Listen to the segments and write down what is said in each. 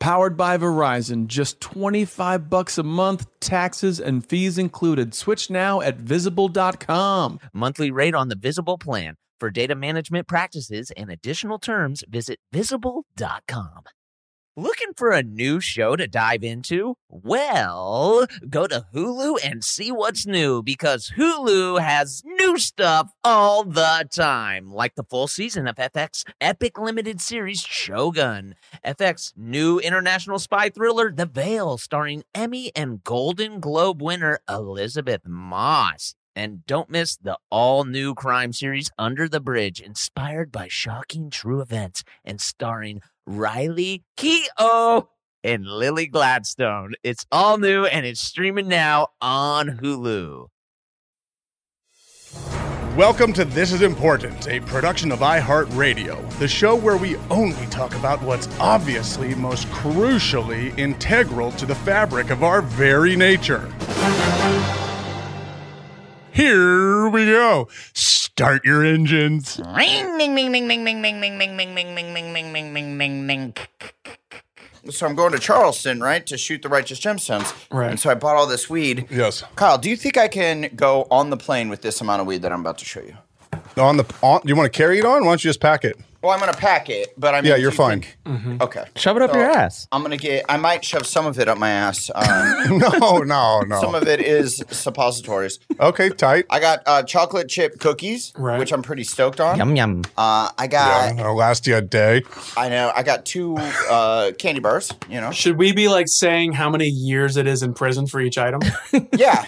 powered by Verizon. Just 25 bucks a month, taxes and fees included. Switch now at visible.com. Monthly rate on the visible plan. For data management practices and additional terms, visit visible.com. Looking for a new show to dive into? Well, go to Hulu and see what's new because Hulu has new stuff all the time, like the full season of FX epic limited series Shogun, FX new international spy thriller The Veil, starring Emmy and Golden Globe winner Elizabeth Moss. And don't miss the all new crime series Under the Bridge, inspired by shocking true events and starring Riley Keough and Lily Gladstone. It's all new and it's streaming now on Hulu. Welcome to This Is Important, a production of iHeartRadio, the show where we only talk about what's obviously most crucially integral to the fabric of our very nature. Here we go. Start your engines. Ring, ming, ming, ming, ming, ming, ming, ming, ming, ming, ming, ming, ming, ming, ming, ming, ming, ming. So I'm going to Charleston, right, to shoot the righteous gemstones. Right. And so I bought all this weed. Yes. Kyle, do you think I can go on the plane with this amount of weed that I'm about to show you? On the on, do you want to carry it on? Why don't you just pack it? Well, I'm going to pack it, but I mean, Yeah, do you're you fine. Mm-hmm. think- okay. Shove it up So, your ass. I'm going to get, I might shove some of it up my ass. Um, No, no, no. Some of it is suppositories. okay, tight. I got uh, chocolate chip cookies, Right. which I'm pretty stoked on. Yum yum. Uh, I got, I'll last you a day. I know, I got two uh, candy bars, you know? Should we be like saying how many years it is in prison for each item? Yeah.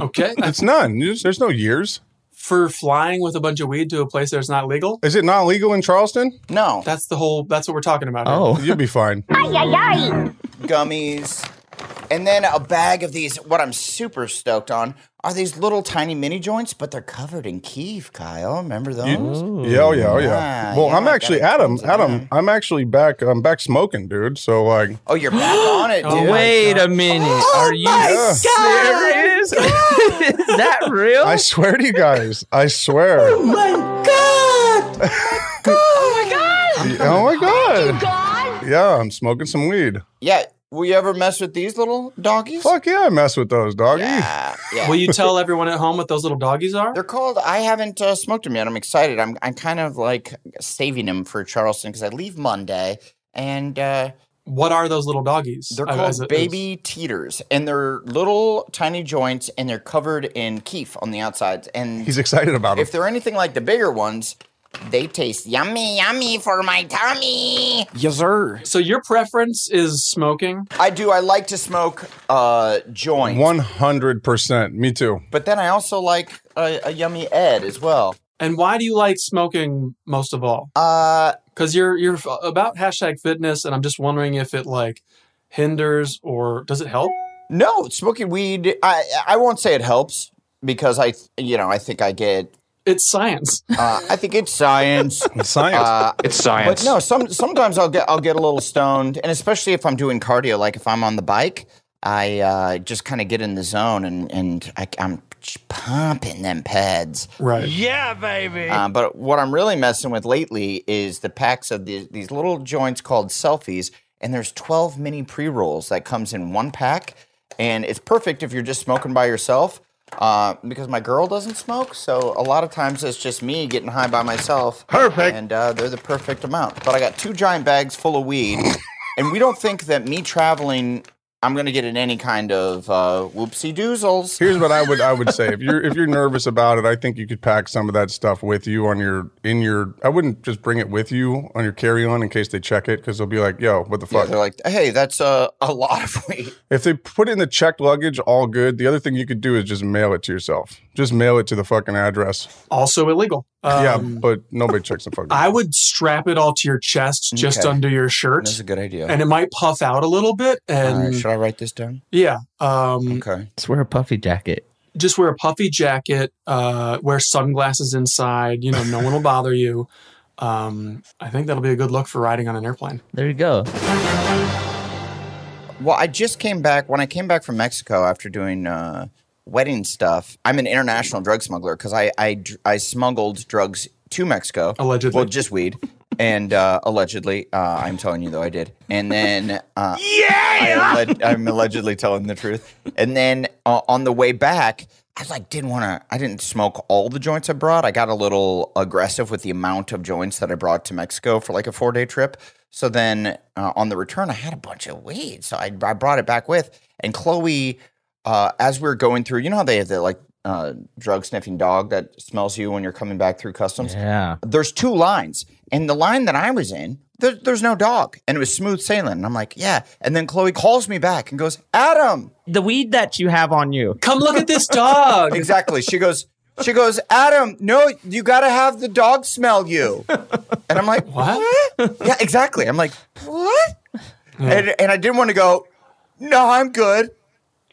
Okay. It's none. There's, there's no years. for flying with a bunch of weed to a place that's not legal? Is it not legal in Charleston? No. That's the whole, that's what we're talking about. here. Oh, You'll be fine. gummies, and then a bag of these. What I'm super stoked on are these little tiny mini joints, but they're covered in Kiev, Kyle. Remember those? Yeah, oh, yeah, oh, yeah. Yeah, Well, yeah, I'm I actually got it. Adam. Adam, I'm actually back. I'm back smoking, dude. So like, Oh, you're back on it, dude. Oh, wait a minute. Are you serious? Is that real? I swear to you guys, I swear. Oh my god! oh my god! oh my god! Yeah, I'm smoking some weed. Yeah. Will you ever mess with these little doggies? Fuck yeah, I mess with those doggy. Yeah. yeah. Will you tell everyone at home what those little doggies are? they're called. I haven't uh, smoked them yet. I'm excited. I'm I'm kind of like saving them for Charleston because I leave Monday, and uh, What are those little doggies? they're Uh, called as a- as- baby teeters, and they're little tiny joints, and they're covered in keef on the outsides. And He's excited about it. If they're anything like the bigger ones, they taste yummy, yummy for my tummy. Yes, sir. So your preference is smoking? I do. I like to smoke uh, joints, One hundred percent. Me too. but then I also like a, a yummy Ed as well. And why do you like smoking most of all? Uh, Because you're you're f- about hashtag fitness, and I'm just wondering if it like hinders or does it help? no, smoking weed. I I won't say it helps because I you know I think I get. It's science. Uh, I think it's science. It's science. Uh, It's science. but no, some sometimes I'll get I'll get a little stoned, and especially if I'm doing cardio, like if I'm on the bike, I uh, just kind of get in the zone and and I, I'm pumping them pads. Right. Yeah, baby. Um, but what I'm really messing with lately is the packs of the, these little joints called selfies, and there's 12 mini pre rolls that comes in one pack, and it's perfect if you're just smoking by yourself. Uh, because my girl doesn't smoke, so a lot of times it's just me getting high by myself. Perfect. And uh, they're the perfect amount. But I got two giant bags full of weed, and we don't think that me traveling I'm going to get in any kind of uh, whoopsie doozles. Here's what I would I would say if you're if you're nervous about it, I think you could pack some of that stuff with you on your in your. I wouldn't just bring it with you on your carry on in case they check it because they'll be like, "Yo, what the Yeah, fuck." they're like, hey, that's uh, a lot of weight. If they put it in the checked luggage, all good. The other thing you could do is just mail it to yourself. Just mail it to the fucking address. Also illegal. yeah, Um, but nobody checks the fucking. I would strap it all to your chest, just Okay. under your shirt, That's a good idea. and it might puff out a little bit. All And right, should I write this down? yeah, um, Okay. Just wear a puffy jacket. just wear a puffy jacket, uh, wear sunglasses inside. You know, no one will bother you. Um, I think that'll be a good look for riding on an airplane. There you go. Well, I just came back. When I came back from Mexico after doing uh, wedding stuff, I'm an international drug smuggler because I, I dr- I smuggled drugs to Mexico. Allegedly. Well, just weed. And uh, allegedly, uh, I'm telling you though I did. And then, uh, yeah, I alle- I'm allegedly telling the truth. And then uh, on the way back, I like didn't want to. I didn't smoke all the joints I brought. I got a little aggressive with the amount of joints that I brought to Mexico for like a four day trip. So then uh, on the return, I had a bunch of weed. So I, I brought it back with. And Chloe, uh, as we are going through, you know how they have the like uh, drug sniffing dog that smells you when you're coming back through customs Yeah. there's two lines. And the line that I was in, there, there's no dog. And it was smooth sailing. And I'm like, yeah. And then Chloe calls me back and goes, Adam. The weed that you have on you. Come look at this dog. Exactly. She goes, she goes, Adam, no, you got to have the dog smell you. And I'm like, What? yeah, exactly. I'm like, what? And, and I didn't want to go, no, I'm good.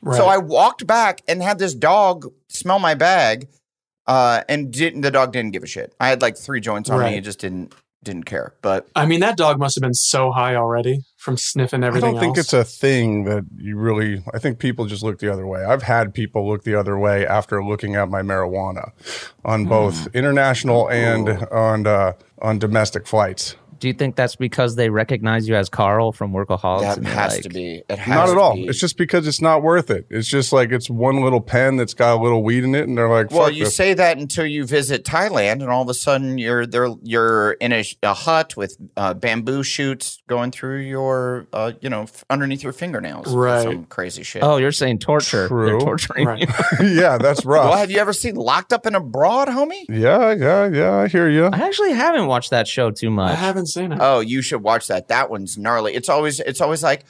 Right. So I walked back and had this dog smell my bag, uh, and didn't the dog didn't give a shit. I had like three joints on Right. me, it just didn't didn't care. But I mean, that dog must have been so high already from sniffing I everything. don't think else. it's a thing that you really. I think people just look the other way. I've had people look the other way after looking at my marijuana, on both Hmm. international and on uh, on domestic flights. Do you think that's because they recognize you as Carl from Workaholics? That and they're has like, to be. It has Not at to all. be. It's just because it's not worth it. It's just like it's one little pen that's got a little weed in it, and they're like, well, "Fuck you this." say that until you visit Thailand, and all of a sudden you're there. You're in a, sh- a hut with uh, bamboo shoots going through your, uh, you know, f- underneath your fingernails. or Right. Some crazy shit. Oh, you're saying torture. True. They're torturing Right. you. yeah, that's rough. well, have you ever seen Locked Up and Abroad, homie? Yeah, yeah, yeah. I hear you. I actually haven't watched that show too I much. haven't seen it. Oh, you should watch that. That one's gnarly. It's always it's always like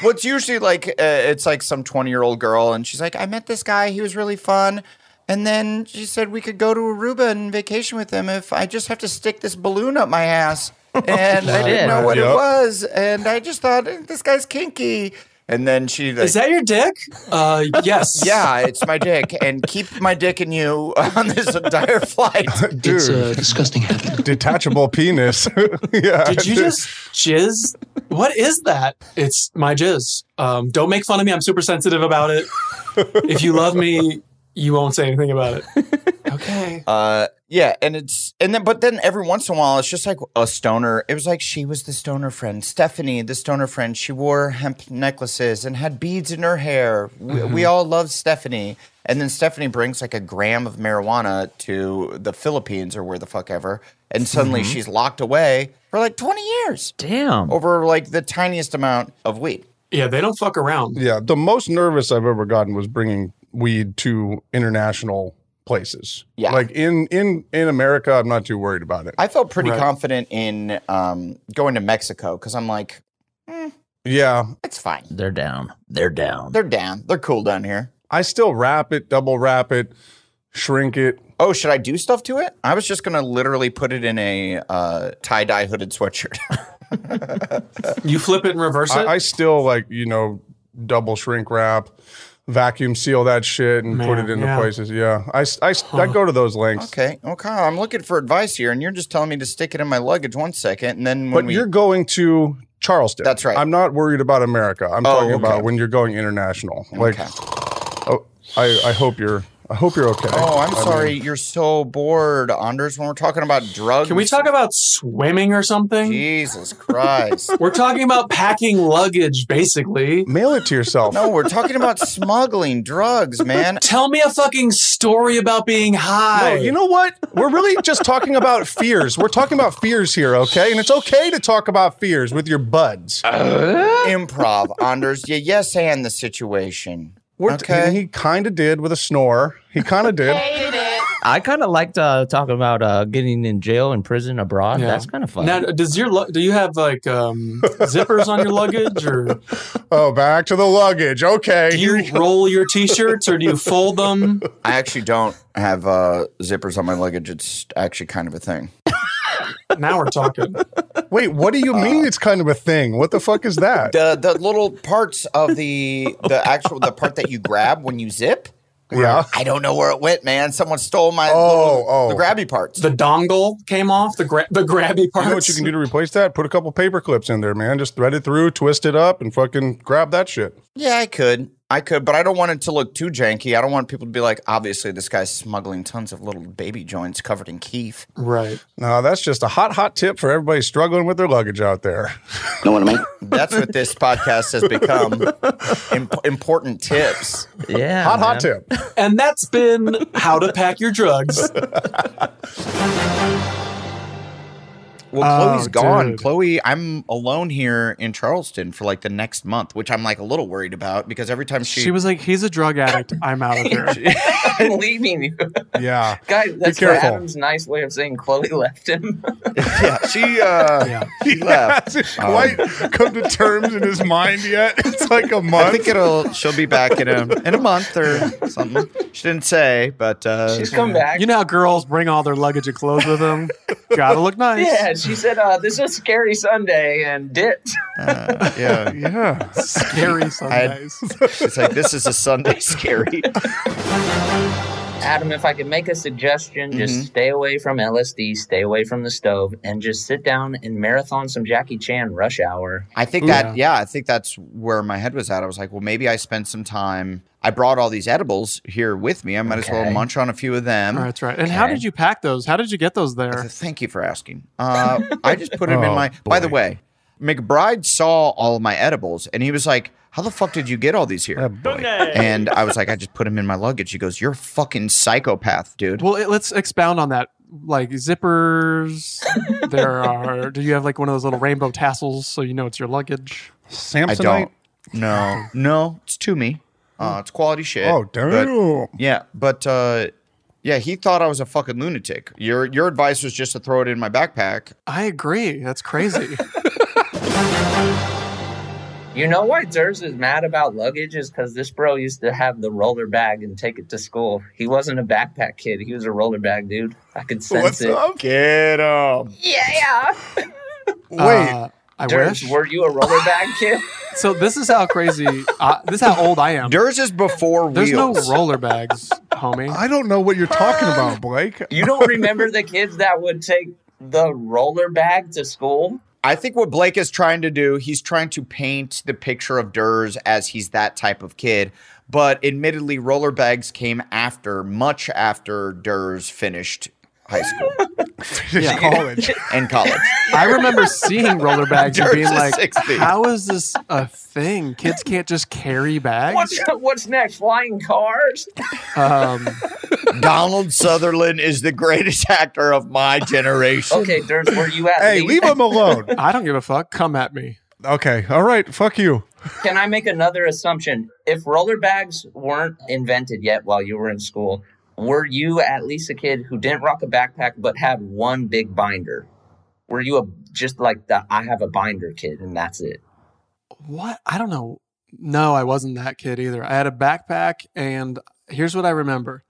what's usually like uh, it's like some 20-year-old girl and she's like, "I met this guy, he was really fun." And then she said we could go to Aruba and vacation with him if I just have to stick this balloon up my ass. And I didn't know what Yep. it was, and I just thought eh, this guy's kinky. And then she like, Is that your dick? Uh, yes. yeah, it's my dick, and keep my dick in you on this entire flight. Dude, disgusting habit. detachable penis. yeah. Did you just jizz? What is that? It's my jizz. Um, don't make fun of me. I'm super sensitive about it. If you love me, you won't say anything about it. Okay. Uh, yeah, and it's and then but then every once in a while it's just like a stoner. It was like she was the stoner friend, Stephanie, the stoner friend. She wore hemp necklaces and had beads in her hair. We, we all love Stephanie, and then Stephanie brings like a gram of marijuana to the Philippines or where the fuck ever, and suddenly she's locked away for like twenty years Damn. over like the tiniest amount of weed. Yeah, they don't fuck around. Yeah, the most nervous I've ever gotten was bringing weed to international places. Yeah. Like in in in America, I'm not too worried about it. I felt pretty Right. confident in um, going to Mexico because I'm like, yeah, it's fine. They're down. They're down. They're down. They're cool down here. I still wrap it, double wrap it, shrink it. Oh, should I do stuff to it? I was just gonna literally put it in a uh, tie dye hooded sweatshirt. You flip it and reverse it. I, I still like you know double shrink wrap, vacuum seal that shit and put Man, it into yeah. places. Yeah, I s- I s- I go to those lengths. okay, okay. I'm looking for advice here, and you're just telling me to stick it in my luggage one second, and then But when we you're going to Charleston. That's right. I'm not worried about America. I'm talking okay. about when you're going international. Like, oh, I, I hope you're. I hope you're okay. Oh, I'm I sorry. mean, You're so bored, Anders, when we're talking about drugs. Can we talk about swimming or something? Jesus Christ. We're talking about packing luggage, basically. mail it to yourself. no, we're talking about smuggling drugs, man. Tell me a fucking story about being high. No, you know what? We're really just talking about fears. We're talking about fears here, okay? And it's okay to talk about fears with your buds. Uh, Improv, Anders. You yes and the situation. We're okay. he kind of did with a snore. He kind of did. I kind of liked uh, talking about uh, getting in jail and prison abroad. Yeah. That's kind of fun. Now, does your lu- do you have like um, zippers on your luggage, or Oh, back to the luggage. Okay. do you roll your t-shirts, or do you fold them? I actually don't have uh, zippers on my luggage. It's actually kind of a thing. Now we're talking. Wait, what do you mean it's kind of a thing? What the fuck is that? The the little parts of the the actual the part that you grab when you zip. Yeah. I don't know where it went, man. Someone stole my Oh, little- oh. the grabby parts. The dongle came off the gra- the grabby You parts. know what you can do to replace that? Put a couple paper clips in there, man. Just thread it through, twist it up, and fucking grab that shit. yeah, I could. I could, but I don't want it to look too janky. I don't want people to be like, obviously, this guy's smuggling tons of little baby joints covered in keef. Right. No, that's just a hot, hot tip for everybody struggling with their luggage out there. That's what this podcast has become. Imp- important tips. yeah, Hot, hot man. tip. And that's been how to pack your drugs. Well, Oh, Chloe's gone. dude. Chloe, I'm alone here in Charleston for like the next month, which I'm like a little worried about because every time she, She was like, "He's a drug addict. I'm out of here." I'm leaving you. Yeah. Guys, that's careful. Adam's nice way of saying Chloe left him. yeah, she uh, she left. Hasn't quite come to terms in his mind yet. It's like a I month. think it'll she'll be back in a in a month or something. She didn't say, but uh, She's come back. You know how girls bring all their luggage and clothes with them? Gotta look nice. yeah, she said, uh, this is scary Sunday and dipped. uh, yeah, yeah. Scary Sundays. she's like, this is a Sunday scary. Adam, if I could make a suggestion, Mhm. just stay away from LSD, stay away from the stove, and just sit down and marathon some Jackie Chan rush hour. I think that yeah, I think that's where my head was at. I was like, well, maybe I spent some time. I brought all these edibles here with me. I might as well Okay. munch on a few of them. All right, Oh, that's right. And how Okay. did you pack those? How did you get those I said, there? Thank you for asking. Uh, I just put him in Oh, my. By the boy. way, McBride saw all of my edibles and he was like, "How the fuck did you get all these here?" and I was like, "I just put them in my luggage." He goes, "You're a fucking psychopath, dude." Well, it, let's expound on that. Like zippers, there are. Do you have like one of those little rainbow tassels so you know it's your luggage? I Samsonite. don't. No, no, it's to me. Hmm. Uh, it's quality shit. Oh, But- damn. yeah, but uh, yeah, he thought I was a fucking lunatic. Your your advice was just to throw it in my backpack. I agree. That's crazy. You know why Durs is mad about luggage is because this bro used to have the roller bag and take it to school. He wasn't a backpack kid; he was a roller bag dude. I could sense What's it. up? Get him. Yeah, Wait. Uh, I Durs, wish. were you a roller bag kid? So this is how crazy. Uh, this is how old I am. Durs is before There's no wheels. roller bags, homie. I don't know what you're talking about, Blake. You don't remember the kids that would take the roller bag to school? I think what Blake is trying to do, he's trying to paint the picture of Durs as he's that type of kid. But admittedly, roller bags came after, much after Durs finished high school Just college. and college. I remember seeing roller bags and Yours being is like, 60. "How is this a thing? Kids can't just carry What's bags." what's next? Flying cars? Um, Donald Sutherland is the greatest actor of my generation. Okay, Durs, were you at? Hey, least- leave him alone. I don't give a fuck. Come at me. Okay. All right. Fuck you. Can I make another assumption? If roller bags weren't invented yet while you were in school, were you at least a kid who didn't rock a backpack but had one big binder? Were you a just like the I have a binder kid and that's it? What? I don't know. No, I wasn't that kid either. I had a backpack, and here's what I remember: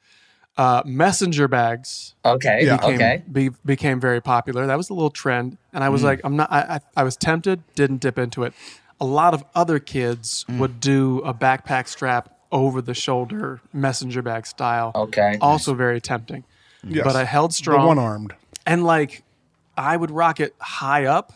uh, messenger bags Okay. Yeah. became, Okay. be, became very popular. That was a little trend, and I was like, I'm not. I, I, I was tempted, didn't dip into it. A lot of other kids would do a backpack strap over the shoulder messenger bag style. Okay. also very tempting. Yes. But I held The strong, one armed. and like I would rock it high up,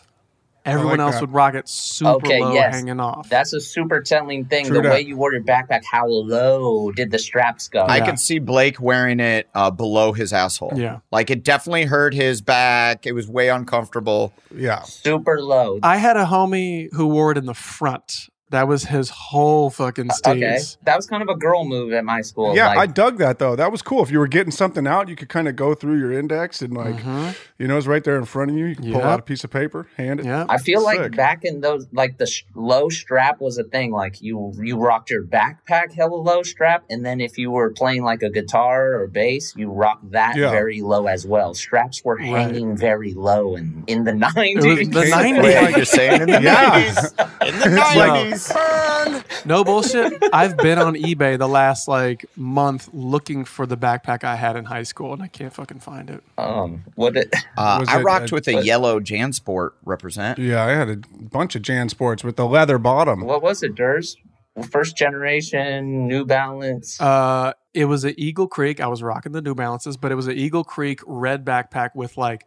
Everyone like else that. would rock it super okay, low, yes. hanging off. That's a super telling thing. True the dat. way you wore your backpack, how low did the straps go? I could see Blake wearing it uh, below his asshole. Yeah. Like it definitely hurt his back. It was way uncomfortable. Yeah. super low. I had a homie who wore it in the front. That was his whole fucking steez. okay, that was kind of a girl move at my school. yeah, like, I dug that though. That was cool. If you were getting something out, you could kind of go through your index and like, Mm-hmm. you know, it's right there in front of you. You can pull Yeah. out a piece of paper, hand it. Yeah, I feel like back in those, like the sh- low strap was a thing. Like you, you rocked your backpack hella low strap, and then if you were playing like a guitar or bass, you rocked that Yeah. very low as well. Straps were hanging very low in in the nineties. the 90s. Wait, you're saying in the Yeah. 90s? In the It's like- 90s. No bullshit. I've been on eBay the last like month looking for the backpack I had in high school, and I can't fucking find it. Um, what? It, uh, Was I it rocked a- with a what- yellow JanSport represent. Yeah, I had a bunch of Jan sports with the leather bottom. what was it, Durs? First generation New Balance. Uh, it was an Eagle Creek. I was rocking the New Balances, but it was an Eagle Creek red backpack with like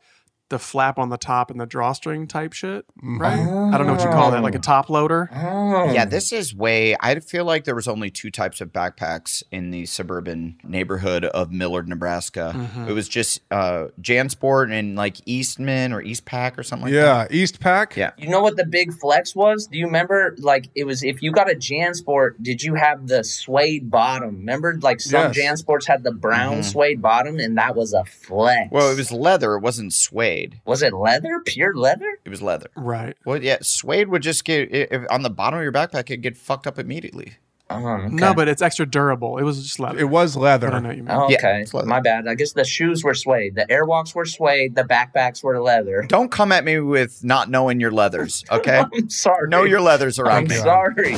the flap on the top and the drawstring type shit. Right? I don't know what you call that, Oh. like a top loader. hmm, Yeah, this is way. I feel like there was only two types of backpacks in the suburban neighborhood of Millard, Nebraska. Mhm. It was just uh, JanSport and like Eastman or Eastpak or something like yeah, that. East Pack. Yeah. You know what the big flex was? Do you remember? Like it was if you got a JanSport, did you have the suede bottom? Remember, like some Yes. JanSports had the brown Mhm. suede bottom, and that was a flex. Well, it was leather. It wasn't suede. Was it leather? Pure leather? It was leather. Right. Well, yeah, suede would just get i if, on the bottom of your backpack. It'd get fucked up immediately. No, but it's extra durable. It was just leather. It was leather. But I know what you mean. Oh, Yeah, okay, it's leather. my bad. I guess the shoes were suede, the airwalks were suede, the backpacks were leather. Don't come at me with not knowing your leathers, okay? I'm sorry. Know your leathers around I'm me. sorry.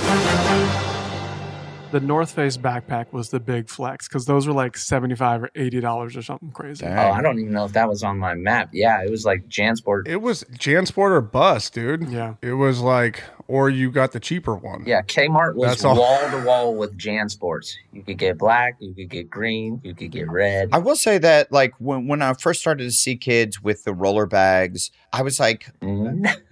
The North Face backpack was the big flex because those were like seventy-five or eighty dollars or something crazy. Oh, I don't even know if that was on my map. Yeah, it was like JanSport. It was JanSport or bus, dude. Yeah. It was like, or you got the cheaper one. Yeah, Kmart was That's all. wall to wall with JanSports. You could get black, you could get green, you could get red. I will say that, like, when, when I first started to see kids with the roller bags, I was like,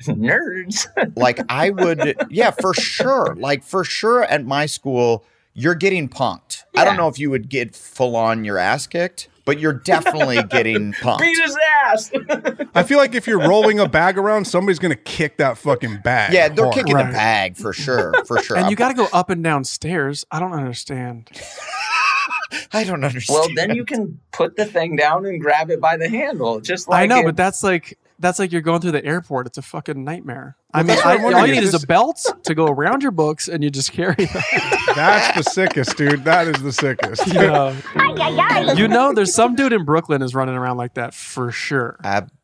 nerds. like, I would, yeah, for sure. Like, for sure at my school, you're getting punked. I don't know if you would get full on your ass kicked, but you're definitely getting punked. Beat his ass. I feel like if you're rolling a bag around, somebody's gonna kick that fucking bag. Yeah, they're hard. kicking the bag for sure, for sure. And I'm- you got to go up and down stairs. I don't understand. I don't understand. Well, then you can put the thing down and grab it by the handle, just like I know, in- but that's like that's like you're going through the airport. It's a fucking nightmare. I Well, mean, that's what I, I'm wondering. all you need Is is a belt to go around your books, and you just carry. Them. That's the sickest, dude. That is the sickest. Yeah. you know, there's some dude in Brooklyn is running around like that for sure.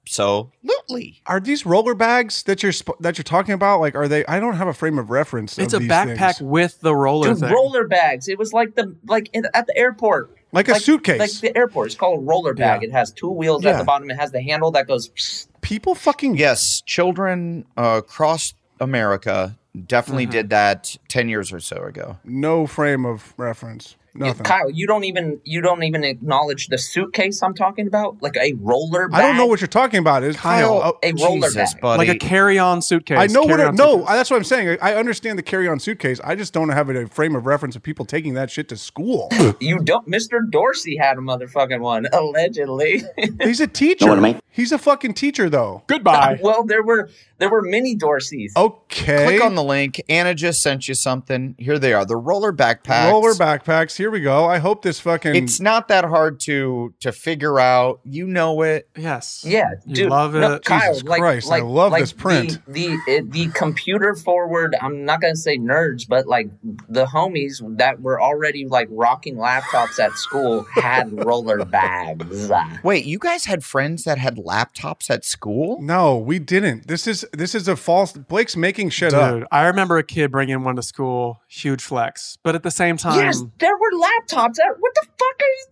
so Absolutely. Are these roller bags that you're sp- that you're talking about? Like, are they? I don't have a frame of reference. It's a of these backpack things. with the roller Dude, thing. roller bags. It was like the like in, at the airport. Like a suitcase. Like the airport. It's called a roller bag. Yeah. It has two wheels at Yeah. the bottom. It has the handle that goes. psst. People fucking yes, children uh, across America definitely did that ten years or so ago. No frame of reference. Nothing. Kyle, you don't even you don't even acknowledge the suitcase I'm talking about. Like a roller bag. I don't know what you're talking about. Is Kyle, a roller Jesus, bag. buddy. like a carry-on suitcase. I know what it, carry-on no, I- that's what I'm saying. I I understand the carry-on suitcase. I just don't have a frame of reference of people taking that shit to school. You don't. Mr. Dorsey had a motherfucking one, allegedly. He's a teacher. He's a fucking teacher though. Goodbye. well, there were there were many Dorseys. Okay. Click on the link. Anna just sent you something. Here they are. The roller backpacks. Roller backpacks. Here we go. I hope this fucking It's not that hard to to figure out. You know it. Yes. Yeah, You dude. love No, it. Kyle, Jesus like, Christ, I like, love like this print. The the, it- the computer forward. I'm not gonna say nerds, but like the homies that were already like rocking laptops at school had roller bags. Wait, you guys had friends that had laptops at school? No, we didn't. This is this is a false Blake's making shit Dude, up. I remember a kid bringing one to school. Huge flex, but at the same time, Yes, there were laptops. At, what the fuck are you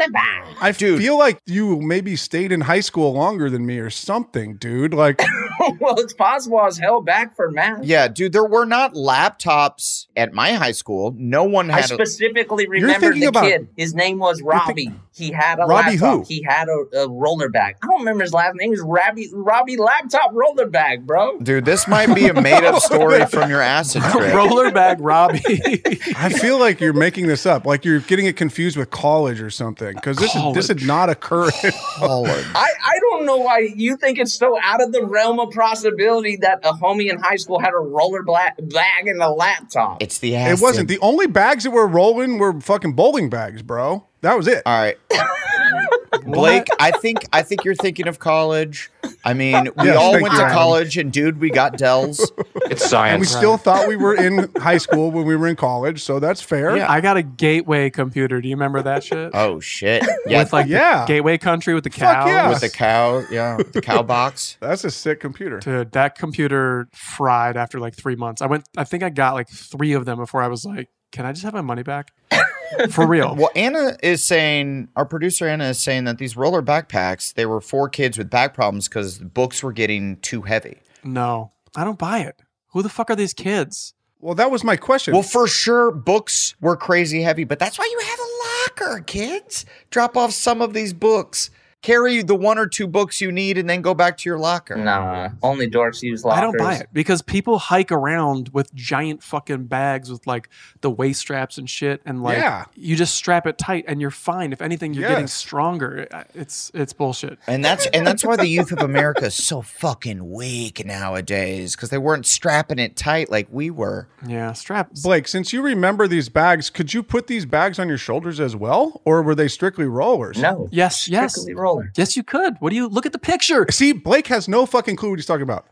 talking about? I feel like you maybe stayed in high school longer than me or something, dude. Like well, it's possible I was held back for math. Yeah, dude, there were not laptops at my high school. No one I had a- specifically remember thinking the about- kid. His name was Robbie. He had a Robbie laptop. who? He had a, a roller bag. I don't remember his last name. He's Robbie Robbie Laptop Roller Bag, bro. Dude, this might be a made up story from your acid trip. Roller bag Robbie. I feel like you're making this up, like you're getting it confused with college or something, because this is, this did not occur. at all. I, I don't know why you think it's so out of the realm of possibility that a homie in high school had a roller bla- bag and a laptop. It's the It acid. wasn't. The only bags that were rolling were fucking bowling bags, bro. That was it. All right. Blake, I think I think you're thinking of college. I mean, we Yes, all thank went you, to Adam. college and dude, we got Dells. It's And we science. still thought we were in high school when we were in college, so that's fair. I got a gateway computer. Do you remember that shit? Oh shit. Yeah. With like the Yeah. gateway country with the Fuck cows. yeah. With the cow, yeah, the cow box. That's a sick computer. Dude, that computer fried after like three months. I went. I think I got like three of them before I was like, "Can I just have my money back?" For real. Well, Anna is saying, our producer Anna is saying that these roller backpacks, they were for kids with back problems because the books were getting too heavy. No, I don't buy it. Who the fuck are these kids? Well, that was my question. Well, for sure, books were crazy heavy, but that's why you have a locker, kids. Drop off some of these books, carry the one or two books you need, and then go back to your locker. uh, Nah, only dorks use lockers. I don't buy it because people hike around with giant fucking bags with like the waist straps and shit, and like Yeah. you just strap it tight and you're fine. If anything, you're getting Yes. stronger. I- It's it's bullshit. And that's and that's why the youth of America is so fucking weak nowadays because they weren't strapping it tight like we were. Yeah, straps. Blake, since you remember these bags, could you put these bags on your shoulders as well, or were they strictly rollers? No. Yes, yes, Strictly roller. yes. You could. What do you look at the picture? See, Blake has no fucking clue what he's talking about.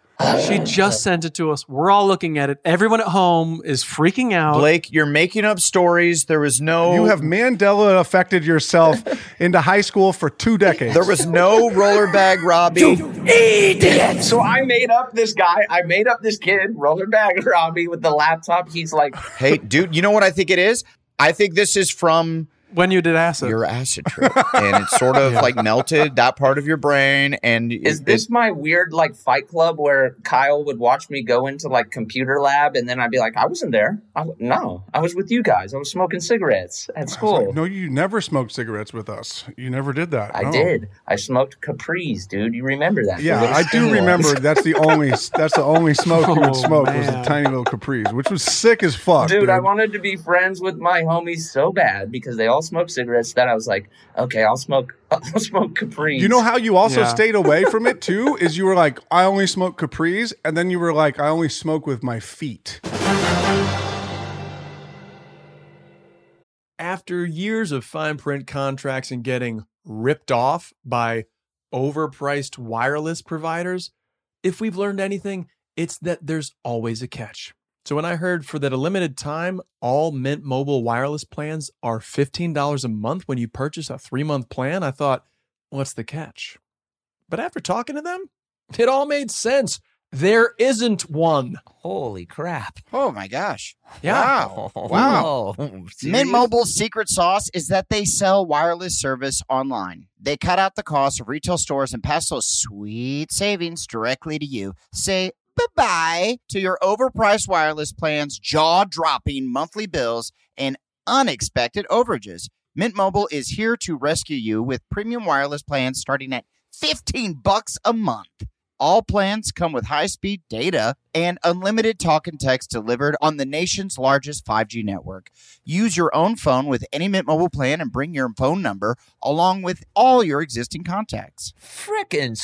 She just sent it to us. We're all looking at it. Everyone at home is freaking out. Blake, you're making up stories. There was Oh. no Oh. You have Mandela affected yourself into high school for two decades. there was no roller bag Robbie. So I made up this guy. I made up this kid, roller bag Robbie, with the laptop. He's like, hey, dude, you know what I think it is? I think this is from when you did acid, your acid trip, and it's sort of like melted that part of your brain. And "Is it- this my weird like Fight Club where Kyle would watch me go into like computer lab and then I'd be like, I wasn't there. I, no, I was with you guys. I was smoking cigarettes at school. no, you never smoked cigarettes with us. You never did that. I no. did. I smoked Capri's, dude. You remember that? Yeah, The little I do skinny remember. ones. That's the only. That's the only smoke you Oh, would smoke was the man. tiny little capris, which was sick as fuck, Dude, I wanted to be friends with my homies so bad because they all smoke cigarettes that I was like, okay, I'll smoke, I'll smoke Capri's. You know how you also Yeah. stayed away from it too is you were like, I only smoke capris, and then you were like, I only smoke with my feet. after years of fine print contracts and getting ripped off by overpriced wireless providers, if we've learned anything, it's that there's always a catch. So when I heard for that a limited time, all Mint Mobile wireless plans are $15 a month when you purchase a three month plan, I thought, what's the catch? But after talking to them, it all made sense. There isn't one. Holy crap. oh my gosh. Yeah. Wow. Wow. Whoa. Mint Mobile's secret sauce is that they sell wireless service online. They cut out the cost of retail stores and pass those sweet savings directly to you. Say bye-bye to your overpriced wireless plans, jaw-dropping monthly bills, and unexpected overages. Mint Mobile is here to rescue you with premium wireless plans starting at 15 bucks a month. All plans come with high-speed data and unlimited talk and text delivered on the nation's largest 5G network. Use your own phone with any Mint Mobile plan and bring your phone number along with all your existing contacts. Frickin'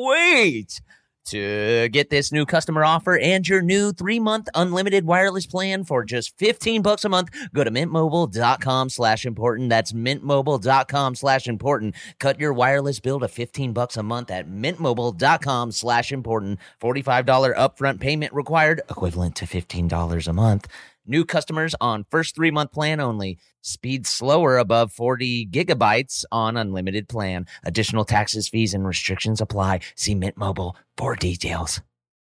sweet! To get this new customer offer and your new three-month unlimited wireless plan for just 15 bucks a month, go to mintmobile.com slash important. That's mintmobile.com slash important. Cut your wireless bill to 15 bucks a month at mintmobile.com slash important. $45 upfront payment required, equivalent to $15 a month. New customers on first three-month plan only. Speed slower above 40 gigabytes on unlimited plan. Additional taxes, fees, and restrictions apply. See Mint Mobile for details.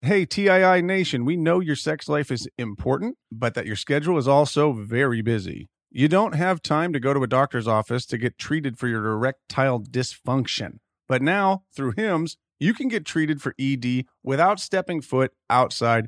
Hey, TII Nation, we know your sex life is important, but that your schedule is also very busy. You don't have time to go to a doctor's office to get treated for your erectile dysfunction. But E now, through HIMS, you can get treated for ED without stepping foot outside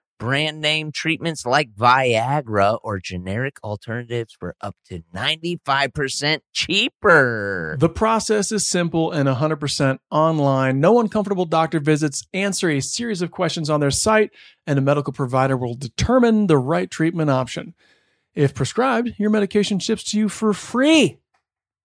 brand name treatments like Viagra, or generic alternatives for up to 95% cheaper. The process is simple and 100% online. No uncomfortable doctor visits. Answer a series of questions on their site, and a medical provider will determine the right treatment option. If prescribed, your medication ships to you for free.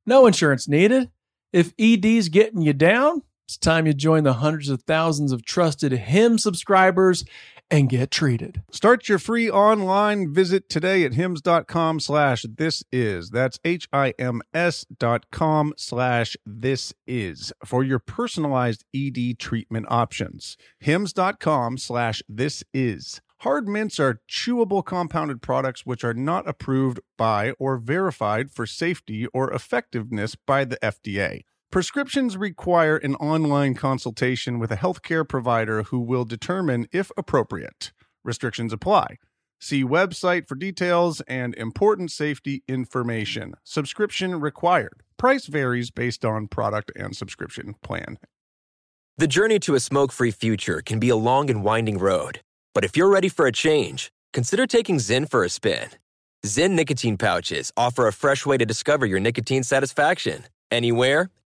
No insurance needed. If ED's getting you down, it's time you join the hundreds of thousands of trusted HIM subscribers and get treated. Start your free online visit today at hymns.com slash this is. That's H-I-M-S dot com slash this is for your personalized ED treatment options. Hymns.com slash this is. Hard mints are chewable compounded products which are not approved by or verified for safety or effectiveness by the FDA. Prescriptions require an online consultation with a healthcare provider who will determine if appropriate. Restrictions apply. See website for details and important safety information. Subscription required. Price varies based on product and subscription plan. The journey to a smoke free future can be a long and winding road, but if you're ready for a change, consider taking Zen for a spin. Zen nicotine pouches offer a fresh way to discover your nicotine satisfaction anywhere,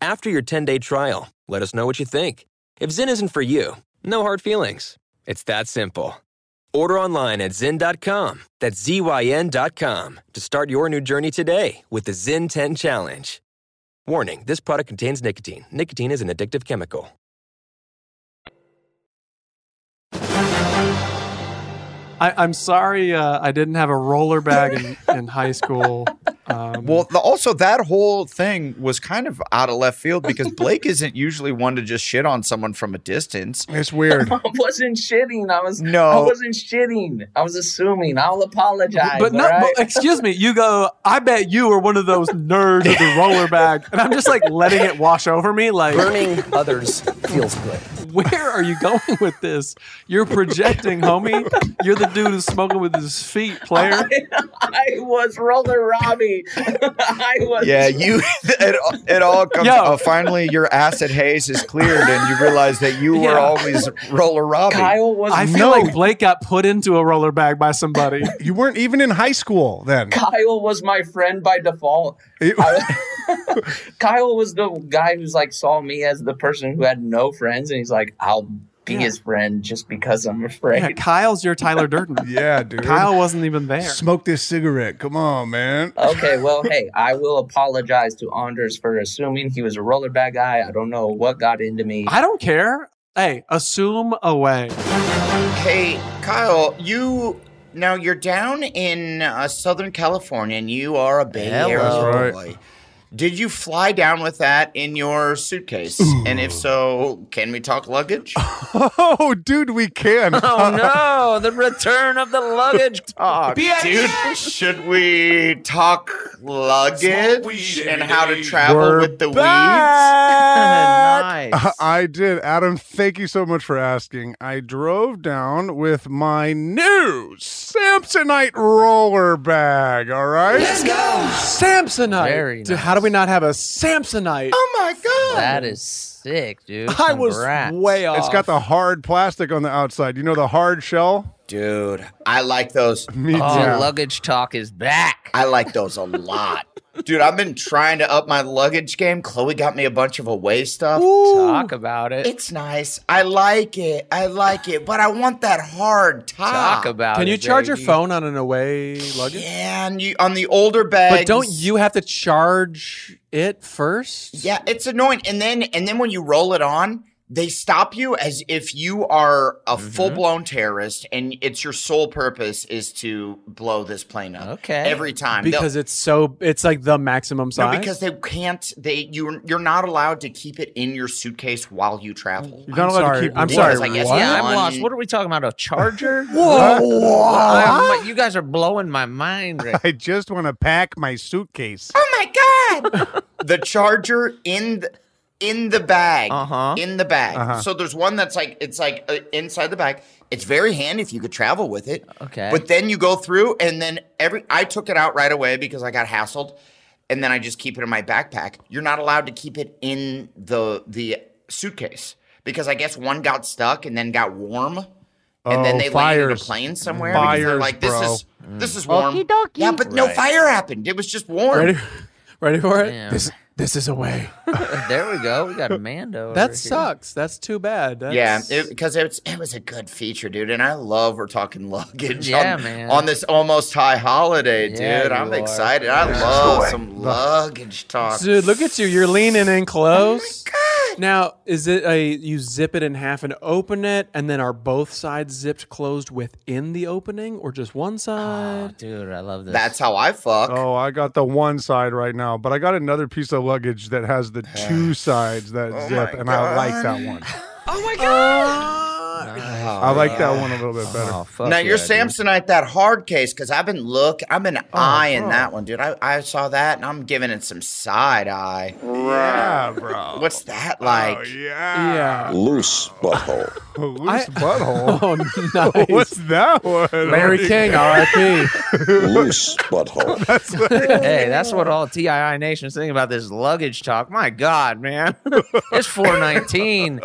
After your 10 day trial, let us know what you think. If Zen isn't for you, no hard feelings. It's that simple. Order online at Zen.com, that's Z-Y-N.com, to start your new journey today with the Zen 10 Challenge. Warning this product contains nicotine. Nicotine is an addictive chemical. I, I'm sorry uh, I didn't have a roller bag in, in high school. Um, Well, the, also that whole thing was kind of out of left field because Blake isn't usually one to just shit on someone from a distance. It's weird. I wasn't shitting. I was No. I wasn't shitting. I was assuming. I'll apologize. but no, all right? but excuse me. You go. I bet you were one of those nerds with the roller bag, and I'm just like letting it wash over me. Like, Burning others feels good. where are you going with this? You're projecting, homie. You're the dude who's smoking with his feet, player. I was roller Robbie. I was. Yeah, you. It, it all comes. Yo. Oh, finally, your acid haze is cleared, and you realize that you were Yeah. always roller Robbie. Kyle was. I feel like Blake got put into a roller bag by somebody. You weren't even in high school then. Kyle was my friend by default. Kyle was the guy who's like saw me as the person who had no friends, and he's like, "I'll be his friend just because I'm Yeah, afraid." Kyle's your Tyler Durden. yeah, dude. Kyle wasn't even there. Smoke this cigarette. Come on, man. Okay, well, hey, I will apologize to Anders for assuming he was a roller bag guy. I don't know what got into me. I don't care. Hey, assume away. Hey, Kyle, you now you're down in uh, Southern California, and you are a Bay Area Hello. That's boy. Did you fly down with that in your suitcase? And if so, can we talk luggage? Oh, dude, we can. Oh no, the return of the luggage. Talk, dude. Should we talk luggage and how to travel We're with the weeds? back. Nice. Uh-huh, I did. Adam, thank you so much for asking. I drove down with my new Samsonite roller bag. All right. Samsonite. Very Dude, how do we not have a Samsonite? Oh my god! that is sick, dude. I was Congrats. way off. It's got the hard plastic on the outside. You know the hard shell? Dude, I like those. Me too. Oh, luggage talk is back. I like those a lot. Dude, I've been trying to up my luggage game. Chloe got me a bunch of away stuff. Talk about it. It's nice. I like it. I like it. But I want that hard top. Talk about Can it. you charge your baby. phone on an away luggage? Yeah, and you on the older bags. But don't you have to charge it first? Yeah, it's annoying. And then and then when you roll it on, they stop you as if you are Mm-hmm. a full blown terrorist and it's your sole purpose is to blow this plane up. Okay. Every time. They'll- because it's so it's like the maximum no, size. because they can't. They you you're not allowed to keep it in your suitcase while you travel. You're not I'm allowed to sorry, keep- I'm Because sorry, I guess what? Yeah, one- I'm lost. What are we talking about? A charger? Whoa, What? you guys are blowing my mind right I just want to pack my suitcase. the charger in the, in the bag. Uh-huh. In the bag. Uh-huh. So there's one that's like it's like uh, inside the bag. It's very handy if you could travel with it. Okay. But then you go through and then every I took it out right away because I got hassled and then I just keep it in my backpack. You're not allowed to keep it in the the suitcase because I guess one got stuck and then got warm. And then Oh, they landed a fires. plane somewhere. because they're Fires, like, this bro. is this is warm. Yeah, but no Right. fire happened. It was just warm. ready, ready for it? Yeah. This this is a way. there we go. We got a Mando. over That here. sucks. That's too bad. That's, Yeah, because it's it was a good feature, dude, and I love we're talking luggage. Yeah, on, man. on this almost high holiday, dude. Yeah, you I'm are. excited. I love some luggage talk. Dude, look at you. You're leaning in Oh close. Now, is it a you zip it in half and open it, and then are both sides zipped closed within the opening, or just one Oh, side? dude, I love this. That's how I fuck. Oh, I got the one side right now, but I got another piece of luggage that has the two sides that Oh zip, my and I like God. that one. Oh Uh, Nice. I like that one a little bit better. Oh, fuck now yeah, your dude. Samsonite, that hard case, because I've been look, I've been Oh, eyeing that one, dude. I, I saw that and I'm giving it some side eye. Yeah, bro. What's that like? Oh, Ah. yeah. Yeah. Loose butthole. A Loose butthole. Oh, nice. What's that one? Larry King, R.I.P. Loose butthole. Hey, that's what all TII Nation's thinking about this luggage talk. My God, man. It's 419.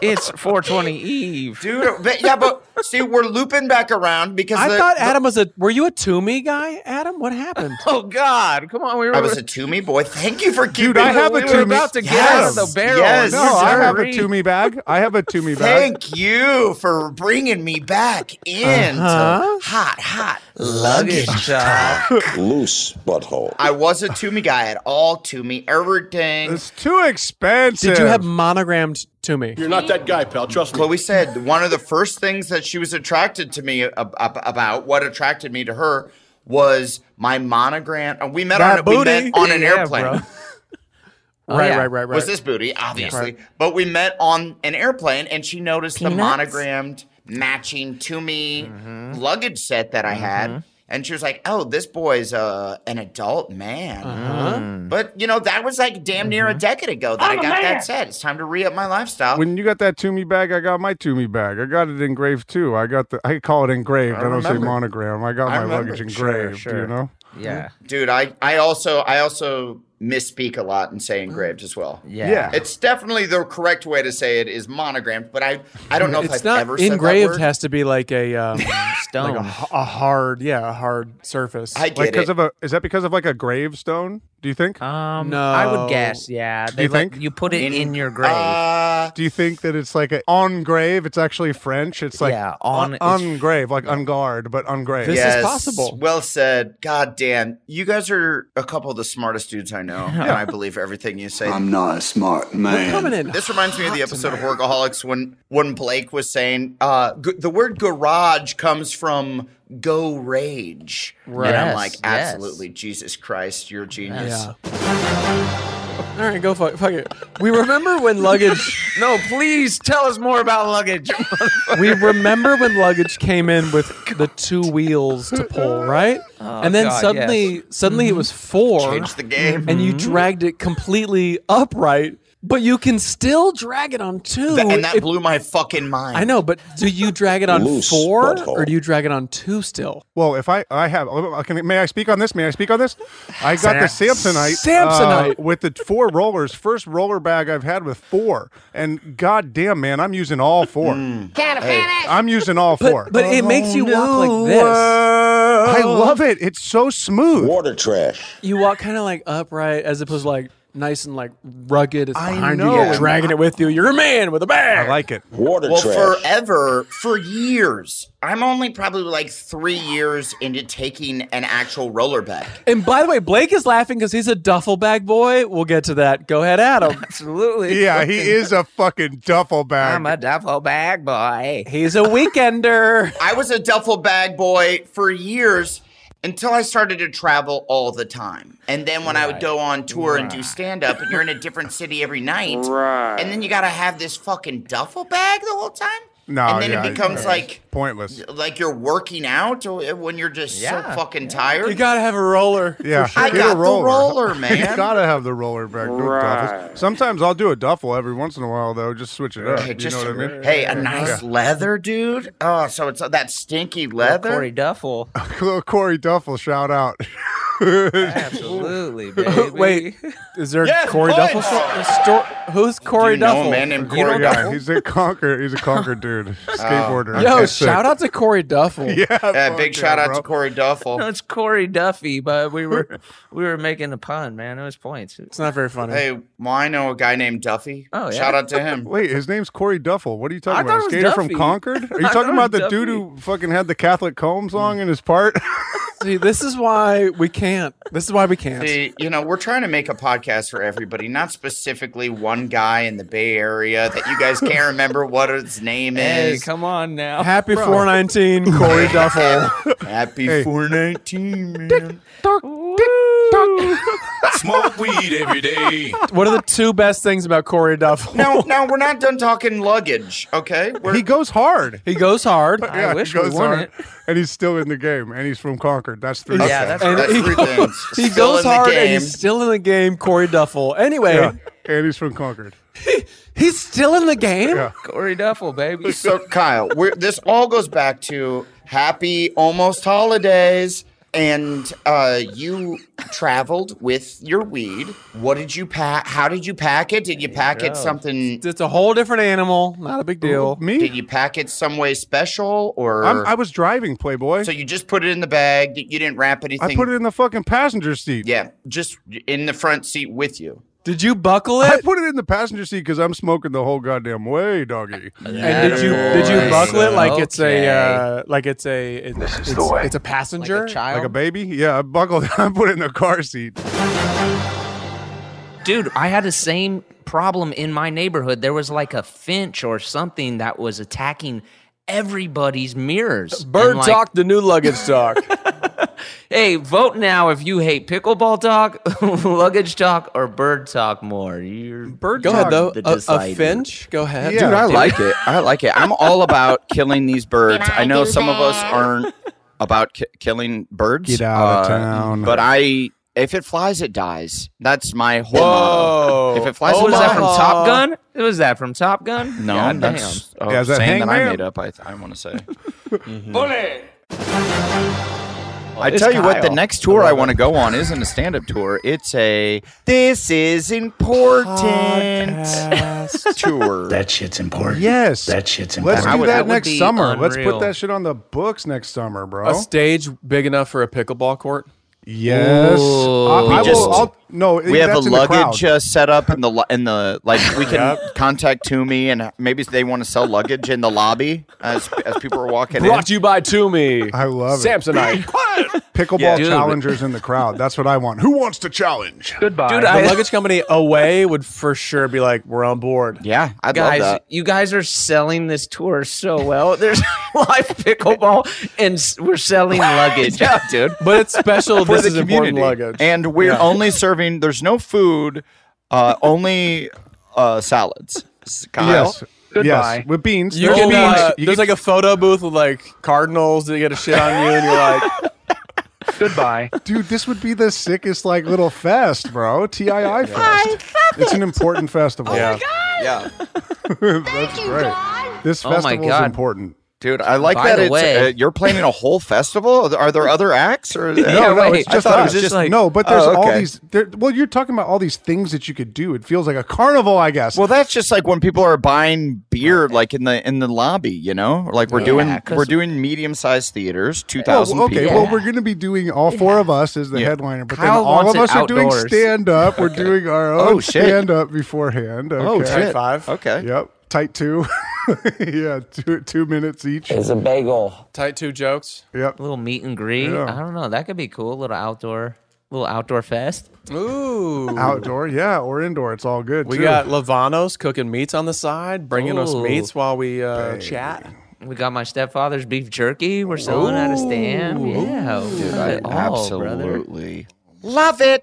It's 420 Eve. Dude, uh, but, yeah, but see, we're looping back around because I the- thought the- Adam was a. Were you a Toomey guy, Adam? What happened? Oh, God. Come on. We were, I was a Toomey boy. Thank you for keeping Dude, I have we a were Toomey. about to get out of Yes, the barrel. yes. No, You're I have a dirty. Toomey bag. I have a Toomey bag. Thank you for bringing me back in. to Uh-huh. Hot, hot. luggage talk. Loose butthole. I was a Toomey guy at all. Toomey everything. It's too expensive. Did you have monogrammed Toomey? You're not that guy, pal. Trust me. Chloe said one of the first things that she was attracted to me ab- ab- about. What attracted me to her was my monogram. uh, We met That on a- we booty. met on an Yeah, airplane. bro. Oh, right, yeah. right, right, right. Was this booty? Obviously, but we met on an airplane, and she noticed the monogrammed matching to me luggage set that I had. And she was like, "Oh, this boy's uh, an adult man." But you know, that was like damn near a decade ago that i got that set. It's time to re up my lifestyle. When you got that Toomey bag, I got my Toomey bag. I got it engraved too. I got the. I call it engraved. I, don't say remember. monogram. I got I my remember. luggage Sure, engraved. You sure. know. Yeah. Dude, I, I also I also misspeak a lot and say engraved as well. Yeah. Yeah. It's definitely the correct way to say it is monogrammed, but I I don't know if it's I've not ever said that engraved. word. Has to be like a um, like Stone. a, h- a hard, yeah, a hard surface. I Like get because it. of a. Is that because of like a gravestone? Do you think? um, No. I would guess, yeah. They you let- think? you put it in, your grave? Uh, Do you think that it's like a on grave? It's actually French. It's like Yeah, on- un- ungrave, like unguard, but ungrave. This is yes, possible. Well said. God damn. You guys are a couple of the smartest dudes I know. and I believe everything you say. I'm not a smart We're man. coming in. This reminds me of the episode of Workaholics when when Blake was saying uh, g- the word garage comes from go rage, and I'm Yes, like, yes. absolutely, Jesus Christ, you're a genius. Yeah. All right, go fuck, fuck it. We remember when luggage. no, please tell us more about luggage. we remember when luggage came in with the two wheels to pull, right? and then Oh, God, Mm-hmm. suddenly, suddenly it was four, Change the game. and you dragged it completely upright. But you can still drag it on two. Th- and that if- blew my fucking mind. I know, but do you drag it on Loose four butthole. or do you drag it on two still? Well, if I I have, can, may I speak on this? May I speak on this? I got the Samsonite, Samsonite. uh, with the four rollers. First roller bag I've had with four, and goddamn, man, I'm using all four. I'm using all four. But but it makes you walk Oh, like this. I love it. It's so smooth. Water trash. You walk kind of like upright as opposed to like nice and like rugged. It's I behind know. you, you're dragging it with you. You're a man with a bag. I like it. Water well, trash. forever, for years. I'm only probably like three years into taking an actual roller bag. And by the way, Blake is laughing because he's a duffel bag boy. We'll get to that. Go ahead, Adam. Absolutely. Yeah, he is a fucking duffel bag. I'm a duffel bag boy. He's a weekender. I was a duffel bag boy for years until I started to travel all the time. And then when I would go on tour and do stand up, and you're in a different city every night, Right. and then you got to have this fucking duffel bag the whole time. No, and then yeah, it becomes it's like pointless. like you're working out or- uh, when you're just Yeah. so fucking tired. You gotta have a roller. Yeah, I get a got the roller, man. you gotta have the roller bag. No duffels. Sometimes I'll do a duffel every once in a while, though. Just switch it up. Hey, just you know what I mean? hey, a nice Yeah. leather, dude. Oh, so it's that stinky leather. Corey Duffel. Little Corey Duffel, shout out. Absolutely, baby. Wait, is there Yes, Corey boys! Duffel? sto- sto- who's Corey you know a Duffel? man named You don't Corey know- Duffel? He's a conquer. He's a conquer dude. Skateboarder. Yo, Okay, sick. shout out to Corey Duffel. Yeah, Oh. Yeah, fuck big shout out bro. to Corey No, Duffel. it's Corey Duffy, but we were we were making a pun, man. It was points. It's not very funny. Hey, well, I know a guy named Duffy. Oh, yeah? Shout out to him. Wait, his name's Corey Duffel. What are you talking I about? A thought it was skater from Duffy. Concord? I Are thought you it talking about was the dude Duffy. Mm. who fucking had the Catholic Combs song in his part? See, this is why we can't. This is why we can't. See, you know, we're trying to make a podcast for everybody, not specifically one guy in the Bay Area that you guys can't remember what his name Hey, is. come on now. Happy 419, Corey Duffel. Happy Hey. 419, man. Smoke weed every day. What are the two best things about Corey Duffel? No, no, we're not done talking luggage, okay? We're, he goes hard. He goes hard. I he wish we goes won hard. it. And he's still in the game, and he's from Concord. That's three. Yeah, things. that's And that's he three goes- things. He Still goes in the hard and game. he's still in the game, Corey Duffel. Anyway, yeah. And he's from Concord. he's still in the game. Yeah. Corey Duffel, baby. so Kyle, we're, this all goes back to happy almost holidays, and uh, you traveled with your weed. What did you pack? How did you pack it? Did you pack it something? It's a whole different animal. Not a big deal. Me? Did you pack it some way special, or I'm, I was driving Playboy. so you just put it in the bag? You didn't wrap anything. I put it in the fucking passenger seat. yeah, just in the front seat with you. Did you buckle it? I put it in the passenger seat because I'm smoking the whole goddamn way, doggy. And did you did you Boy, buckle it like it's okay. a uh, like it's a it- it's, it's a passenger like a child. Like a baby? Yeah, I buckled. I put it in the car seat. Dude, I had the same problem in my neighborhood. There was like a finch or something that was attacking everybody's mirrors. bird And, like, talk, the new luggage talk. Hey, vote now if you hate pickleball talk, luggage talk, or bird talk more. You're Bird Go ahead though. The A, a decider. finch. Go ahead. Yeah. Dude, I like it. I like it. I'm all about killing these birds. Can I I know do some of us that? aren't about ki- killing birds. uh, Get out of town. But I, if it flies, it dies. That's my whole. Whoa. motto. If it flies, Oh, it was that dies. from Wow. Top Gun? Was that from Top Gun? No, God that's damn. a Yeah, is that saying that I Hangman? made up. I, I want to say. Mm-hmm. I tell you what, the Kyle. next tour I want to go on isn't a stand-up tour. It's a this is important tour. That shit's important. Yes. That shit's important. Let's do I would- that, that would next be summer. Let's put unreal. that shit on the books next summer, bro. A stage big enough for a pickleball court. yes. Ooh. I, I We just- will, I'll, no, we have a that's in the crowd. luggage uh, set up in the lo- in the like we can contact Toomey and maybe they want to sell luggage in the lobby as as people are walking in. Brought to you by Toomey. I love it. Samsonite. Pickleball Yeah. Dude. challengers in the crowd. That's what I want. Who wants to challenge? Goodbye. Dude, the luggage company away would for sure be like, we're on board. Yeah, I'd love Guys, that. you guys are selling this tour so well. There's live pickleball, and s- we're selling luggage. Yeah, dude. But it's special. For this the is important community. luggage. And we're only serving. There's no food. Uh, only uh, salads. S- Kyle. Yes. Yes. With beans. You There's get, beans. uh, You there's like get- a photo booth with like cardinals that get a shit on you, and you're like, goodbye. dude, this would be the sickest like little fest, bro. TII fest. It's an important Oh festival. yeah. Yeah. That's great. This Oh my festival is God. important. Dude, I like By that. the It's, way- uh, you're playing in a whole festival. Are there other acts? Or no, no, it's just, I thought it us. was just like no, but there's Oh, all okay. these. There, well, you're talking about all these things that you could do. It feels like a carnival, I guess. Well, that's just like when people are buying beer, like in the in the lobby, you know, like we're Yeah, doing 'cause- we're doing medium sized theaters, two Oh, Well, thousand. okay, well, we're going to be doing all four of us as the headliner, but Kyle then all wants of it us are doing outdoors. stand up. We're doing our own Oh, shit. stand up beforehand. Okay. Oh, shit. Tight five. Okay. Yep. Tight two. yeah, two two minutes each. It's a bagel. Tight two jokes. Yep. little meet and greet. Yeah. I don't know. That could be cool. little outdoor, little outdoor fest. Ooh. Outdoor, yeah, or indoor. It's all good. We too. got Lavanos cooking meats on the side, bringing us Ooh. meats while we uh, chat. We got my stepfather's beef jerky. We're selling out of stand. Yeah, we Dude, got I it all, brother. absolutely. Love it.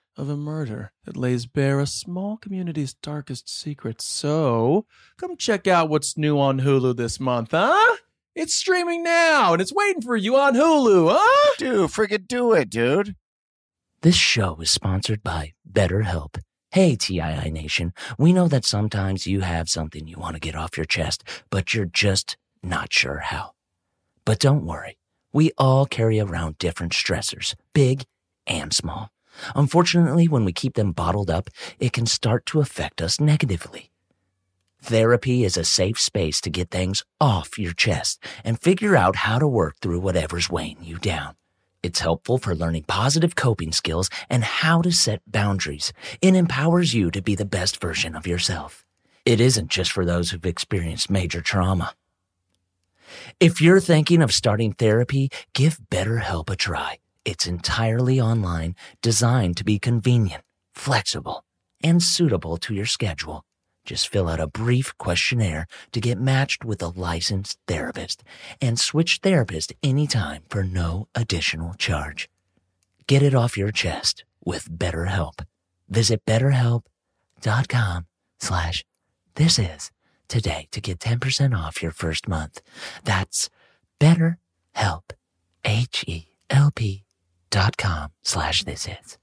of a murder that lays bare a small community's darkest secrets. So, come check out what's new on Hulu this month, huh? It's streaming now and it's waiting for you on Hulu, huh? Dude, freaking do it, dude. This show is sponsored by BetterHelp. Hey, TII Nation, we know that sometimes you have something you want to get off your chest, but you're just not sure how. But don't worry, we all carry around different stressors, big and small. Unfortunately, when we keep them bottled up, it can start to affect us negatively. Therapy is a safe space to get things off your chest and figure out how to work through whatever's weighing you down. It's helpful for learning positive coping skills and how to set boundaries. It empowers you to be the best version of yourself. It isn't just for those who've experienced major trauma. If you're thinking of starting therapy, give BetterHelp a try. It's entirely online, designed to be convenient, flexible, and suitable to your schedule. Just fill out a brief questionnaire to get matched with a licensed therapist and switch therapist anytime for no additional charge. Get it off your chest with BetterHelp. Visit betterhelp.com slash this is today to get 10% off your first month. That's betterhelp, H-E-L-P dot com slash this is.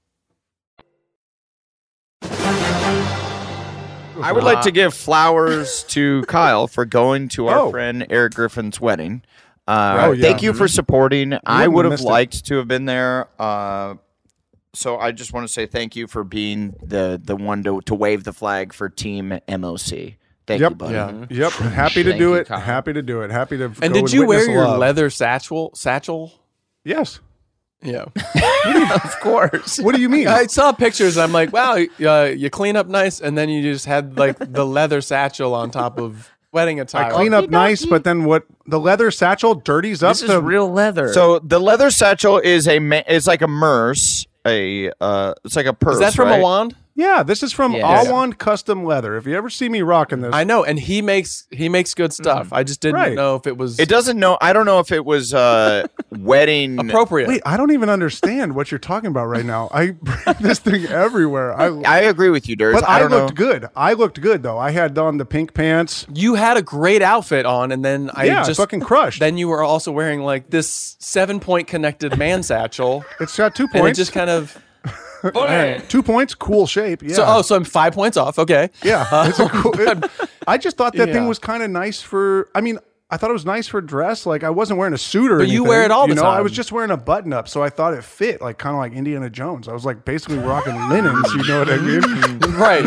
I would like to give flowers to Kyle for going to our Oh. friend Eric Griffin's wedding. Uh, Oh, yeah. Thank you for supporting. I wouldn't would have have missed it. liked to have been there. Uh, so I just want to say thank you for being the the one to, to wave the flag for Team MOC. Thank yep. you, buddy. Yeah. Mm-hmm. Yep. Happy to Thank do you, it. Kyle. Happy to do it. Happy to. go And did you witness wear your love. leather satchel satchel? Yes. Yeah. of course. What do you mean? I saw pictures. I'm like, wow, uh, you clean up nice, and then you just had like the leather satchel on top of Wedding attire. I clean up nice, but then what? The leather satchel dirties up. This is the real leather. So the leather satchel is a ma- it's like a merce, a uh, it's like a purse. right? Yeah, this is from Yes. Awand Custom Leather. If you ever see me rocking this, I know, and he makes he makes good stuff. I just didn't Right. know if it was. Mm-hmm. It doesn't know. I don't know if it was uh, wedding Appropriate. Wait, I don't even understand what you're talking about right now. I bring this thing everywhere. I, I agree with you, Durs. but I, I, don't looked know. good. I looked good though. I had on the pink pants. You had a great outfit on, and then I Yeah, I just fucking crushed. Then you were also wearing like this seven point connected man satchel. It's got two And it points. just kind of. All right. Two points, cool shape. Yeah. So oh, so I'm five points off. Okay. Yeah, it's a cool. it- I just thought that Yeah. thing was kind of nice for. I mean, I thought it was nice for dress. Like I wasn't wearing a suit or. But you wear anything, it all you the know? I was time. just wearing a button up, so I thought it fit, like kind of like Indiana Jones. I was like basically rocking linens. You know what I mean? Right.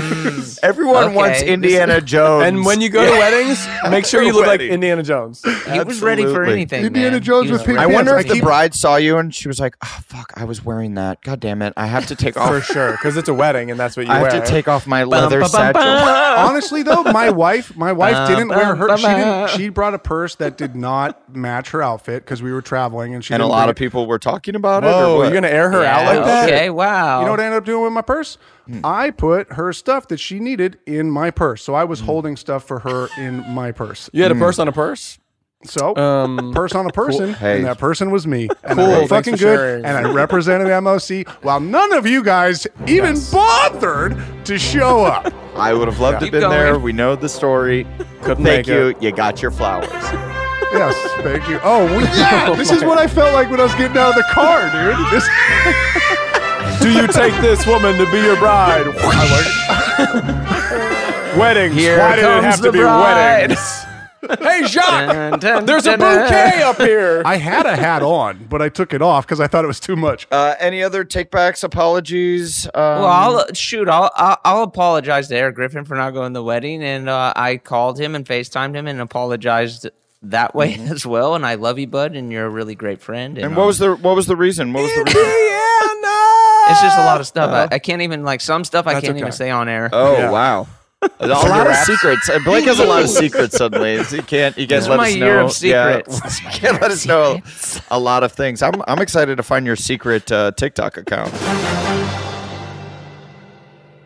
Everyone Okay. wants Indiana Jones. And when you go to weddings, make sure you look like Indiana Jones. He was ready for Absolutely. anything. Indiana man. Jones He with was pink ready. I wonder pants. if I the keep- bride saw you and she was like, "Oh fuck, I was wearing that. God damn it, I have to take For off. sure, because it's a wedding and that's what you I wear. have to take off my leather satchel." Honestly, though, my wife, my wife didn't wear her. She Ba-ba-ba-ba. didn't. She brought a purse that did not match her outfit because we were traveling, and she And a didn't lot bring of people were talking about it. Whoa, Or you're what? gonna air her out Yeah, like that? Okay, wow. Oh. You know what I ended up doing with my purse? Hmm. I put her stuff that she needed in my purse. So I Hmm. was holding stuff for her in my purse. You Mm. had a purse on a purse. So Um, purse on a person, Hey. and that person was me. And Cool, I thanks looked fucking for good, sharing. and I represented MOC while none of you guys even bothered to show up. I would have loved to have Keep been there. going. We know the story. Couldn't make Thank you. it. You got your flowers. yes, thank you. Oh, we, yeah, this is what I felt like when I was getting out of the car, dude. This, Do you take this woman to be your bride? weddings. Here Why did it comes have the to be bride. weddings? hey, Jacques! There's a bouquet up here. I had a hat on, but I took it off because I thought it was too much. Uh, any other takebacks, apologies? Um, Well, I'll, shoot, I'll, I'll I'll apologize to Eric Griffin for not going to the wedding, and uh, I called him and Facetimed him and apologized that way as well. And I love you, bud, and you're a really great friend. And, Mm-hmm. and what was um, the what was the reason? What was the reason? It's just a lot of stuff. Uh-huh. I, I can't even like some stuff I That's can't okay. even say on air. Oh wow. A lot of secrets. Uh, Blake has a lot of secrets suddenly. He can't. You This guys is let my us know. year of secrets. Yeah. You can't let us know a lot of things. I'm, I'm excited to find your secret uh, TikTok account.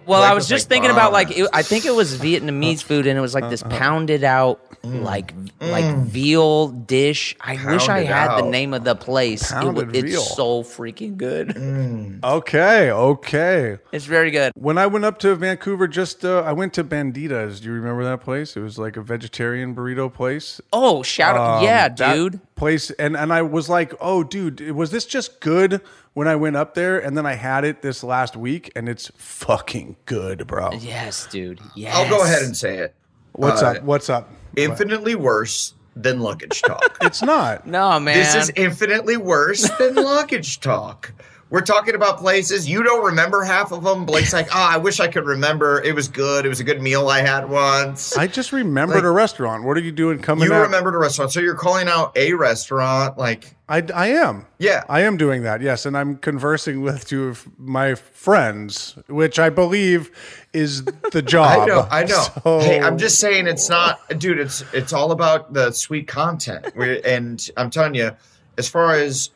Well, Blake I was, was just like, uh, uh-huh. thinking about like "Boners." it, I think it was Vietnamese food, and it was like this pounded out Mm. like like veal dish. I wish I Pounded had the out. name of the place. It, wa- Pounded it's veal. so freaking good. Mm. Okay, okay. It's very good. When I went up to Vancouver, just uh, I went to Banditas. Do you remember that place? It was like a vegetarian burrito place. Oh, shout out! Um, yeah, that dude. Place and and I was like, oh, dude, was this just good when I went up there? And then I had it this last week, and it's fucking good, bro. Yes, dude. Yes. I'll go ahead and say it. What's Uh, up? What's up? Infinitely worse than luggage talk. It's not. No, man. This is infinitely worse than luggage talk. We're talking about places you don't remember half of them. Blake's like, oh, I wish I could remember. It was good. It was a good meal I had once. I just remembered Like- a restaurant. What are you doing coming you up? remembered a restaurant, so you're calling out a restaurant. Like, I, I am. yeah, I am doing that, yes, and I'm conversing with two of my friends, which I believe is the job. I know, I know. So- Hey, I'm just saying it's not, dude. It's it's all about the sweet content. we and I'm telling you, as far as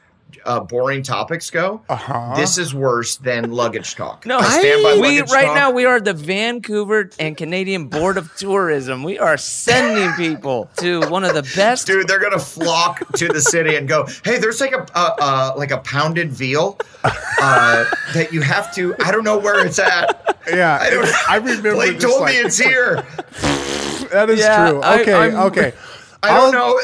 uh, boring topics go, Uh-huh. this is worse than luggage talk. no, I stand by we luggage right talk. now we are the Vancouver and Canadian Board of Tourism. We are sending people to one of the best. dude they're gonna flock to the city and go hey there's like a uh, uh, like a pounded veal uh, that you have to i don't know where it's at yeah, I don't- I remember. blake just told like, me it's here that is Yeah, true. I- Okay, I'm- okay. i don't I'll- know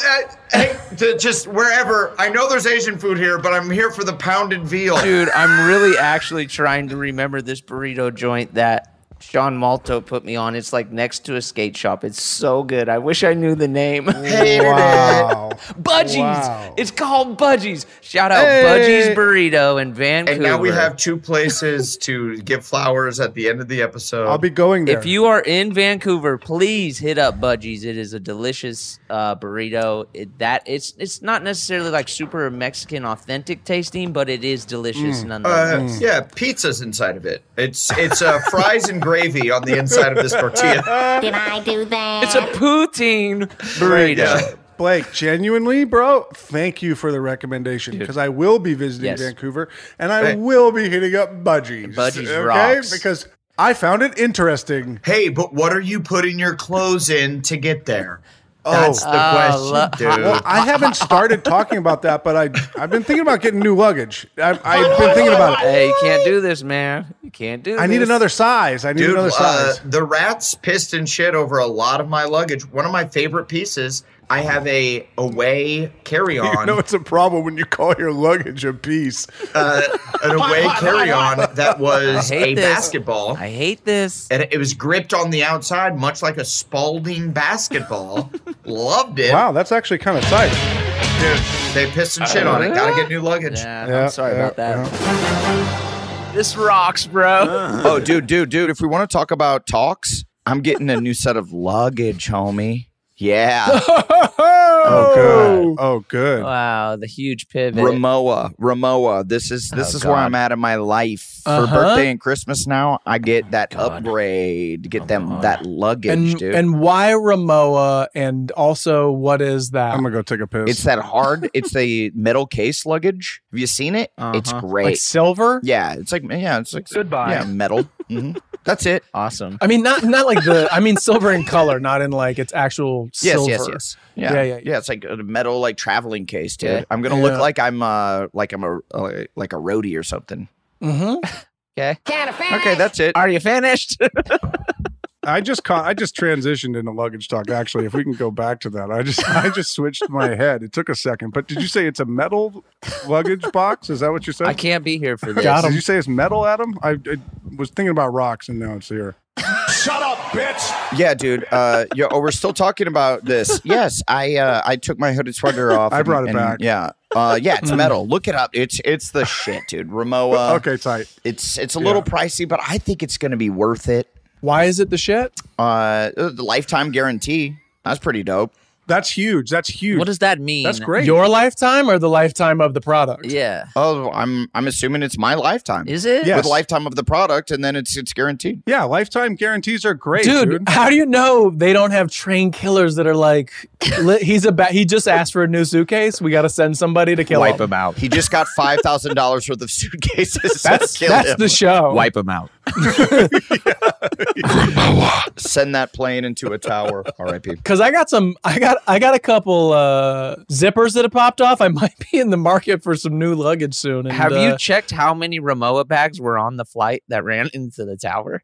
Uh, hey to just wherever i know there's asian food here but i'm here for the pounded veal Dude, I'm really actually trying to remember this burrito joint that Sean Malto put me on. It's like next to a skate shop. It's so good. I wish I knew the name. Hated it. Oh. Wow. Budgies. Wow. It's called Budgies. Shout out Hey. Budgies Burrito in Vancouver. and now we have two places to give flowers at the end of the episode I'll be going there. If you are in Vancouver, please hit up Budgies. It is a delicious uh, burrito. It, that it's it's not necessarily like super Mexican authentic Mm. tasting, but it is delicious uh, nonetheless. yeah, pizza's inside of it. It's it's uh, fries and gravy on the inside of this tortilla. Did I do that? It's a Uh, poutine burrito. Blake, genuinely, bro, thank you for the recommendation because I will be visiting Yes. Vancouver and I Hey. will be hitting up Budgies. Budgies rocks. Because I found it interesting. Hey, but what are you putting your clothes in to get there? Oh. That's the Oh, question, lo- dude. Well, I haven't started talking about that, but I I've been thinking about getting new luggage. I, I've been thinking about it. Hey, you can't do this, man. You can't do. I need this. another size. I need Dude, another uh, size. the rats pissed and shit over a lot of my luggage. One of my favorite pieces. I have a away carry-on. You know it's a problem when you call your luggage a piece. uh, an away carry-on that was I hate a this. basketball, I hate this. and it was gripped on the outside, much like a Spalding basketball. Loved it. Wow, that's actually kind of tight. Dude, they pissed and shit on it. Gotta get new luggage. Yeah, Yeah, I'm sorry yeah, about that. This rocks, Uh. bro. Oh, dude, dude, dude. If we want to talk about talks, I'm getting a new set of luggage, homie. Yeah. Oh, good. Oh, good. Wow, the huge pivot. Ramoa, Ramoa. This is this Oh, is where God. I'm at in my life. For Uh-huh. birthday and Christmas now, I get that God. upgrade, get them that luggage, And dude. and why Ramoa? And also, what is that? I'm gonna go take a piss. it's that hard. it's the metal case luggage. Have you seen it? It's Uh-huh. great. like silver? yeah, it's like yeah, it's like Goodbye. Yeah, metal. Mhm. That's it. Awesome. I mean, not not like the. I mean, silver in color, not in like its actual Yes, silver. yes, yes. Yeah. Yeah, yeah, yeah, It's like a metal like traveling case, dude. Yeah. I'm gonna look Yeah. like I'm uh like I'm a uh, like a roadie or something. Mm-hmm. Okay. Okay, that's it. Are you finished? I just caught, I just transitioned into luggage talk. Actually, if we can go back to that, I just I just switched my head. It took a second, but did you say it's a metal luggage box? Is that what you said? I can't be here for this. Got Did 'em. you say it's metal, Adam? I, I was thinking about rocks, and now it's here. Shut up, bitch. Yeah, dude. Uh, yo, oh, we're still talking about this. Yes, I uh, I took my hooded sweater off. I brought it back. Yeah, uh, yeah. It's metal. Look it up. It's it's the shit, dude. Uh, Ramoa. okay, tight. It's it's a little pricey, but I think it's gonna be worth it. Why is it the shit? Uh, the lifetime guarantee. That's pretty dope. That's huge. That's huge. What does that mean? That's great. Your lifetime or the lifetime of the product? Yeah. Oh, I'm I'm assuming it's my lifetime. Is it? Yeah. With Yes. lifetime of the product, and then it's it's guaranteed. yeah, lifetime guarantees are great, Dude, dude. uh, how do you know they don't have train killers that are like, li- he's a ba- he just asked for a new suitcase. We got to send somebody to kill him. out. He just got five thousand dollars worth of suitcases. so That's kill that's him. the show. him out. Send that plane into a tower. R.I.P. Cause I got some, I got, I got a couple uh, zippers that have popped off. I might be in the market for some new luggage soon. And, Have you uh, checked how many Ramoa bags were on the flight that ran into the tower?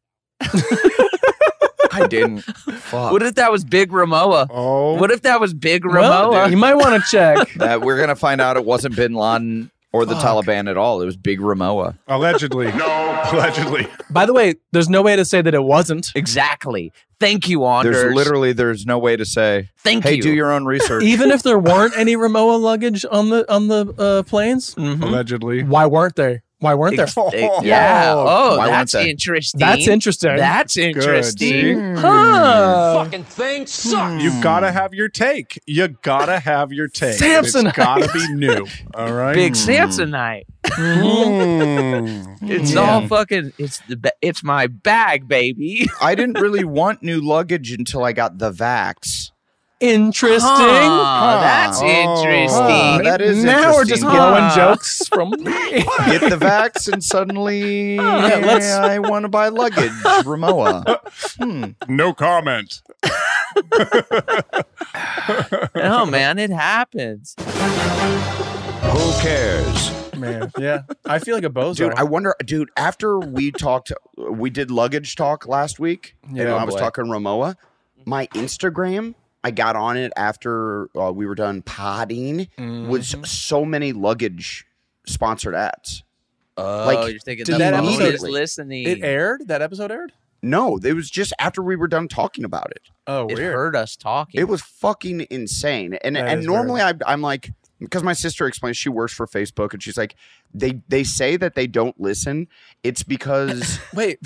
I didn't. Fuck. What if that was Big Ramoa? oh, What if that was Big well, Ramoa? you might want to check. that we're gonna find out it wasn't Bin Laden or the Taliban at all. It was Big Ramoa. allegedly, no, allegedly. By the way, there's no way to say that it wasn't. exactly. Thank you, Anders. There's literally there's no way to say. Thank hey, you. do your own research. Even if there weren't any Ramoa luggage on the on the uh, planes, Mhm. Allegedly, why weren't there? Why weren't there? Ex- Yeah. Oh, why that's weren't they? interesting. That's interesting. Hmm. That's see? interesting. Huh. Fucking thing sucks. You gotta have your take. You gotta have your take. Samsonite. It's gotta be new. All right. Big Hmm. Samsonite. Mm. It's all fucking. It's the. Ba- it's my bag, baby. I didn't really want new luggage until I got the vax. Interesting. Huh, Oh, that's Oh, Huh. interesting. Huh, that is now we're just interesting. blowing Huh. jokes from me. Get the vax and suddenly let's- I want to buy luggage. Ramoa. Hmm. No comment. oh man, it happens. Who cares? Man, yeah. I feel like a bozo. Dude, I wonder, dude, after we talked, we did luggage talk last week. and uh, Yeah, I was boy. talking Ramoa. My Instagram, I got on it after uh, we were done potting, Mm. was Mm-hmm. so many luggage sponsored ads. Oh, Like, you're thinking did the that phone episode- is listening. it aired? That episode aired? No, it was just after we were done talking about it. Oh, It weird. heard us talking. It was fucking insane. And That and is normally I, I'm like, because my sister explains she works for Facebook, and she's like, they they say that they don't listen. It's because Wait.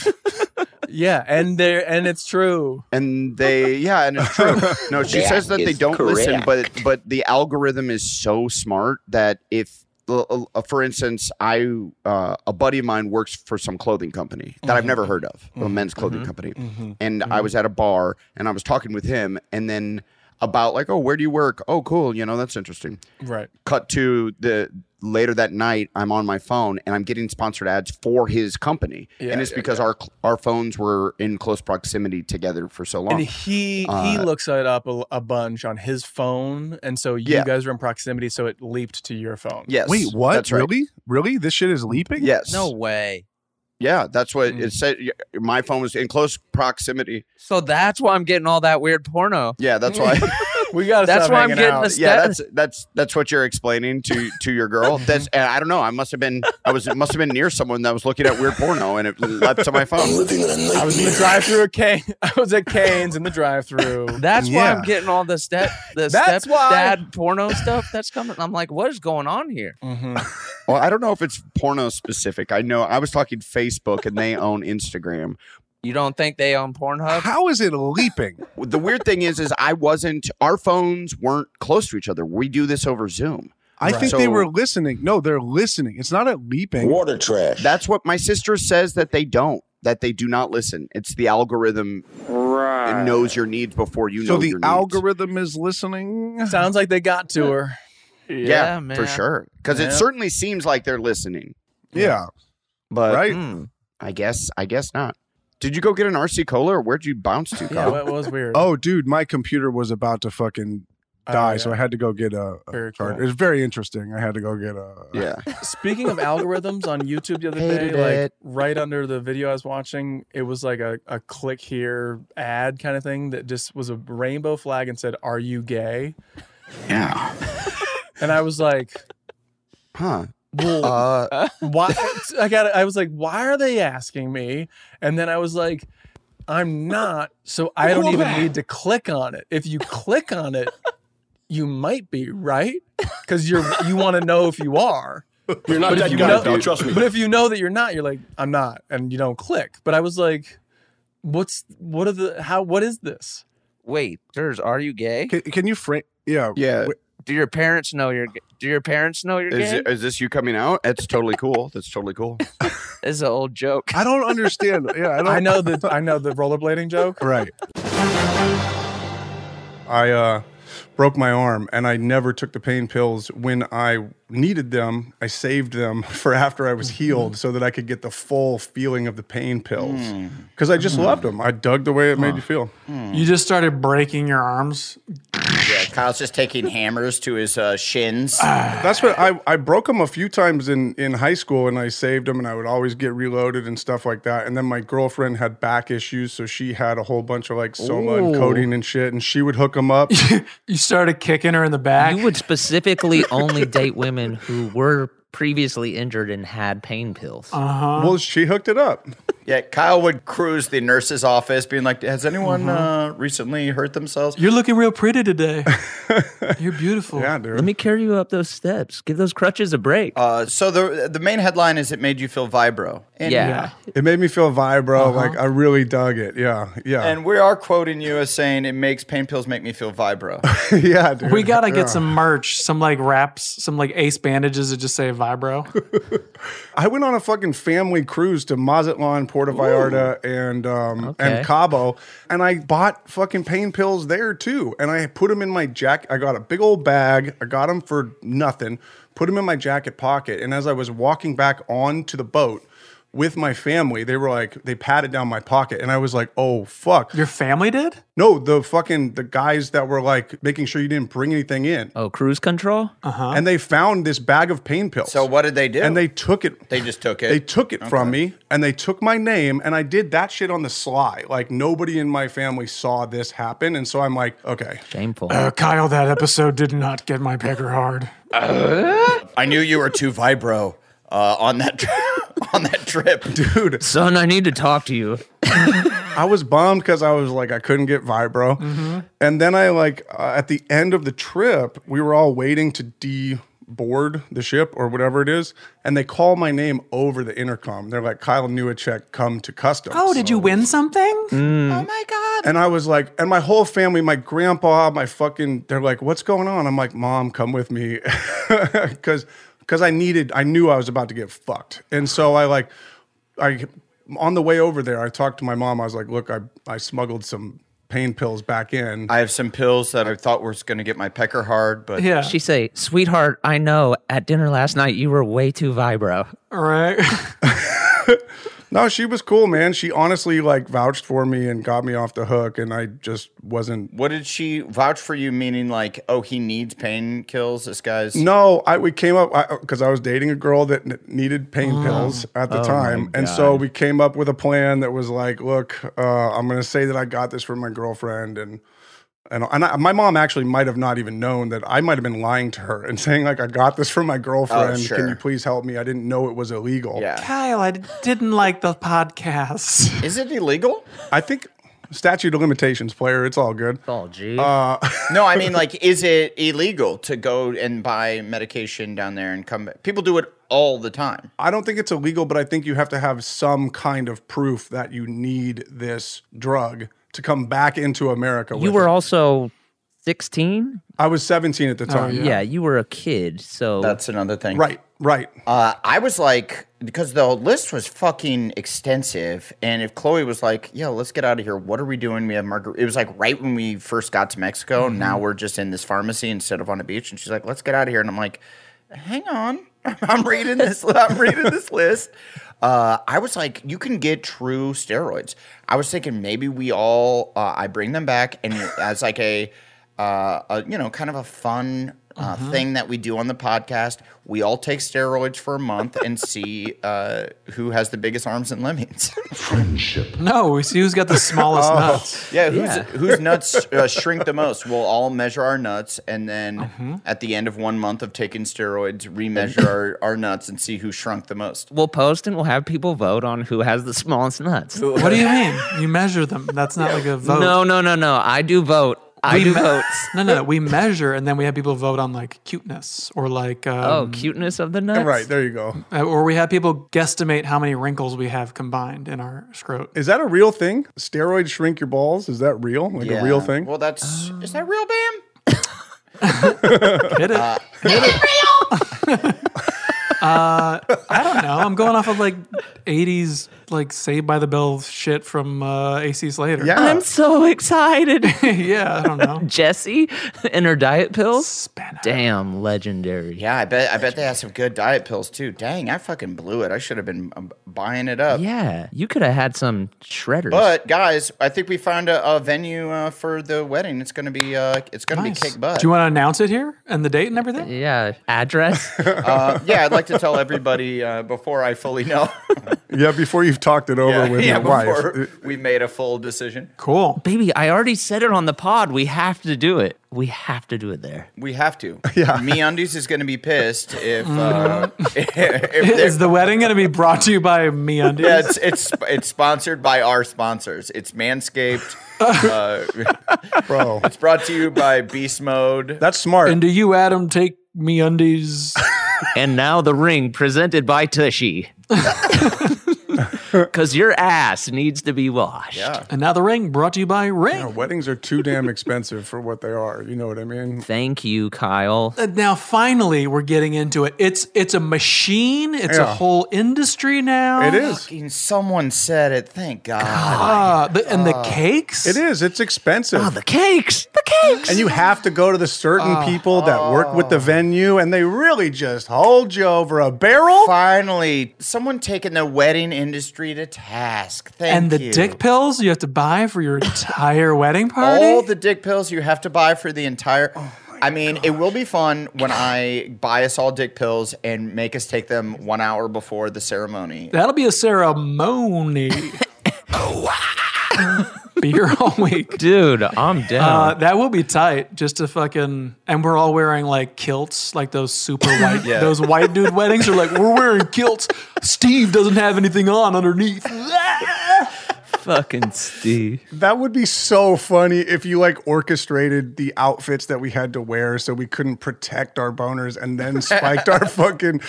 yeah, and there and it's true. and they yeah, and it's true. No, she That says that they is don't listen, but but the algorithm is so smart that if uh, l- l- for instance, I uh, a buddy of mine works for some clothing company that I've Mhm. never heard of, a Mhm. men's Mm-hmm. clothing Mhm. company, Mhm. and I Mhm. was at a bar and I was talking with him, and then about like, oh, where do you work? Oh, cool, you know that's interesting. Right. Cut to the later that night, I'm on my phone and I'm getting sponsored ads for his company, Yeah, and it's yeah, because our our phones were in close proximity together for so long. And he he Uh, looks it up a, a bunch on his phone, and so you Yeah. guys are in proximity, so it leaped to your phone. Yes, Wait, what? That's right. Really? Really? This shit is leaping? Yes. No way. Yeah, that's what it said. y- My phone was in close proximity. So that's why I'm getting all that weird porno. Yeah, that's why. we got. That's why I'm getting the step. Yeah, that's that's that's what you're explaining to to your girl. That's and I don't know. I must have been I was must have been near someone that was looking at weird porno and it leapt to my phone. I was in the drive-through at Kane. I was at Kane's in the drive-through. That's why I'm getting all the step, the That's step why- dad porno stuff that's coming. I'm like, what is going on here? Well, I don't know if it's porno specific. I know I was talking Facebook and they own Instagram. You don't think they own Pornhub? How is it leaping? the weird thing is, is I wasn't. Our phones weren't close to each other. We do this over Zoom. I think they So- were listening. No, they're listening. It's not a leaping. trash. That's what my sister says that they don't. That they do not listen. It's the algorithm. Right. knows your needs before you so know the your needs. algorithm is listening. Sounds like they got to her. yeah, for sure. Because Yeah. it certainly seems like they're listening. Yeah. But Right. hmm, I guess I guess not. Did you go get an RC cola or where'd you bounce to? Kyle? Oh, dude, my computer was about to fucking Oh, die, yeah. so I had to go get a, a Very card. cool. It was very interesting. I had to go get a yeah. Speaking of algorithms on YouTube the other Hated day, like it. right under the video I was watching, it was like a, a click here ad kind of thing that just was a rainbow flag and said, Are you gay? Yeah. and I was like, Huh. Well, why? I got. I was like, Why are they asking me? And then I was like, I'm not, so I don't Hold even back. need to click on it. If you click on it, you might be right because you're you want to know if you are. You're not But if that you guy, know- pal, trust me. But if you know that you're not, you're like, I'm not, and you don't click. But I was like, what's what are the how what is this? Wait, there's are you gay? Can, you frame? Yeah, yeah. Do your parents know you're? ga- Do your parents know you're Is, gay? is this you coming out? That's totally cool. That's totally cool. It's an old joke. I don't understand. Yeah, I, don't, I know the I know the rollerblading joke. Right. I uh, broke my arm and I never took the pain pills when I needed them. I saved them for after I was healed so that I could get the full feeling of the pain pills because I just Mm. loved them. I dug the way it made Huh. you feel. You just started breaking your arms. Yeah, Kyle's just taking hammers to his uh, shins. Ah. That's what I, I broke them a few times in, in high school and I saved them and I would always get reloaded and stuff like that. And then my girlfriend had back issues, so she had a whole bunch of like soma and Ooh. codeine and shit, and she would hook them up. You started kicking her in the back. You would specifically only date women who were previously injured and had pain pills. Uh-huh. Well, she hooked it up. Yeah, Kyle would cruise the nurse's office, being like, "Has anyone Mhm. Mm-hmm. uh, recently hurt themselves?" You're looking real pretty today. You're beautiful. Yeah, Let me carry you up those steps. Give those crutches a break. Uh, so the the main headline is it made you feel vibro. And, Yeah. It made me feel Uh-huh. vibro. Like I really dug it. Yeah. Yeah. And we are quoting you as saying it makes pain pills make me feel vibro. yeah, dude. We gotta get Yeah. some merch, some like wraps, some like ace bandages that just say vibro. I went on a fucking family cruise to Mazatlan, Puerto Vallarta, and um, Okay. and Cabo, and I bought fucking pain pills there too, and I put them in my jacket. I got a big old bag. I got them for nothing. Put them in my jacket pocket, and as I was walking back onto the boat with my family, they were like, they patted down my pocket, and I was like, oh fuck. Your family did? No, the fucking the guys that were like making sure you didn't bring anything in. Oh, cruise control. Uh-huh. And they found this bag of pain pills. So what did they do? And they took it. They just took it. They took it from me and they took my name and I did that shit on the sly. Like nobody in my family saw this happen. And so I'm like, okay. Shameful. Uh, Kyle, that episode did not get my pecker hard. I knew you were too vibro uh, on that tri- on that trip, dude. Son, I need to talk to you. I was bummed because I was like, I couldn't get Vibro. Mm-hmm. And then I like uh, at the end of the trip, we were all waiting to deboard the ship or whatever it is, and they call my name over the intercom. They're like, Kyle Newacek, come to customs. Oh, did you win something? Oh my god! And I was like, and my whole family, my grandpa, my fucking, they're like, what's going on? I'm like, mom, come with me, because because I needed, I knew I was about to get fucked. And so I like, I on the way over there, I talked to my mom. I was like, look, I, I smuggled some pain pills back in. I have some pills that I thought was going to get my pecker hard, but She say, sweetheart, I know at dinner last night you were way too vibro. All right. No, she was cool, man. She honestly like vouched for me and got me off the hook, and I just wasn't. What did she vouch for you? Meaning like, oh, he needs pain kills. This guy's No, I we came up because I, was dating a girl that n- needed pain pills at the Oh my time, and so we came up with a plan that was like, look, uh, I'm gonna say that I got this from my girlfriend, and and and I, my mom actually might have not even known that I might have been lying to her and saying like I got this from my girlfriend. sure. Can you please help me? I didn't know it was illegal. Yeah. Kyle, I didn't like the podcast. Is it illegal? I think statute of limitations, player. It's all good. Oh, gee. Uh, no, I mean, like, is it illegal to go and buy medication down there and come back? People do it all the time. I don't think it's illegal, but I think you have to have some kind of proof that you need this drug to come back into America. You with were it. also 16? I was 17 at the time. Oh, yeah. you were a kid, so That's another thing. Right, right. Uh, I was like, because the list was fucking extensive. And if Chloe was like, yo, let's get out of here. What are we doing? We have margarita. It was like right when we first got to Mexico. and Now we're just in this pharmacy instead of on a beach. And she's like, let's get out of here. And I'm like, hang on. I'm reading this. I'm reading this list. Uh, I was like, you can get true steroids. I was thinking maybe we all, uh, I bring them back and as like a, uh, a you know, kind of a fun uh, thing that we do on the podcast. We all take steroids for a month and see uh, who has the biggest arms and lemmings. Friendship. No, we see who's got the smallest nuts. Yeah, who's, Yeah. whose nuts uh, shrink the most? We'll all measure our nuts, and then Mm-hmm. at the end of one month of taking steroids, remeasure our, our nuts and see who shrunk the most. we'll post and we'll have people vote on who has the smallest nuts. What do you mean? You measure them. That's not like a vote. No, no, no, no. I do vote. I We do me- votes. No, no, no. We measure and then we have people vote on like cuteness or like. Um, Oh, cuteness of the nuts. Right, there you go. uh, Or we have people guesstimate how many wrinkles we have combined in our scrot. Is that a real thing? Steroids shrink your balls? Is that real? Like a real thing? Oh. Well, that's is that real, Bam? Hit it. Uh, I don't know. I'm going off of like 80s, like Saved by the Bell shit from uh, AC Slater. Yeah. I'm so excited. yeah, I don't know. Jesse and her diet pills. Damn, legendary. Yeah, I bet. I bet they had some good diet pills too. Dang, I fucking blew it. I should have been um, buying it up. Yeah, you could have had some shredders. But guys, I think we found a, a venue uh, for the wedding. It's gonna be uh, it's gonna be kick butt. Do you want to announce it here and the date and everything? yeah, address. uh, yeah, I'd like to tell everybody uh, before I fully know. Yeah, before you've talked it over with yeah, your wife. before we made a full decision. Cool. Baby, I already said it on the pod. We have to do it. We have to do it there. We have to. Yeah. MeUndies is going to be pissed if uh, if they're- Is the wedding going to be brought to you by me yeah, it's, it's it's sponsored by our sponsors. It's Manscaped. uh, Bro, it's brought to you by Beast Mode. that's smart. And do you, Adam, take me undies? And now the ring presented by Tushy. Because your ass needs to be washed. Yeah. and now the ring brought to you by Ring. Yeah, weddings are too damn expensive for what they are. You know what I mean? Thank you, Kyle. Uh, Now finally we're getting into it. It's it's a machine. It's a Yeah. whole industry now. It is. Fucking someone said it. Thank God. Uh, the, and the cakes. It is. It's expensive. Oh, the cakes. The cakes. and you have to go to the certain people that work with the venue, and they really just hold you over a barrel. Finally, someone taking the wedding industry to task. Thank And the you. dick pills you have to buy for your entire wedding party. Oh all the dick pills you have to buy for the entire. I mean, it will be fun when I buy us all dick pills and make us take them one hour before the ceremony. That'll be a ceremony. be here all week. Dude, I'm down. Uh, that will be tight. Just to fucking and we're all wearing like kilts, like those super white, Yeah. those white dude weddings are like we're wearing kilts. Steve doesn't have anything on underneath. Fucking Steve. That would be so funny if you like orchestrated the outfits that we had to wear so we couldn't protect our boners and then spiked our fucking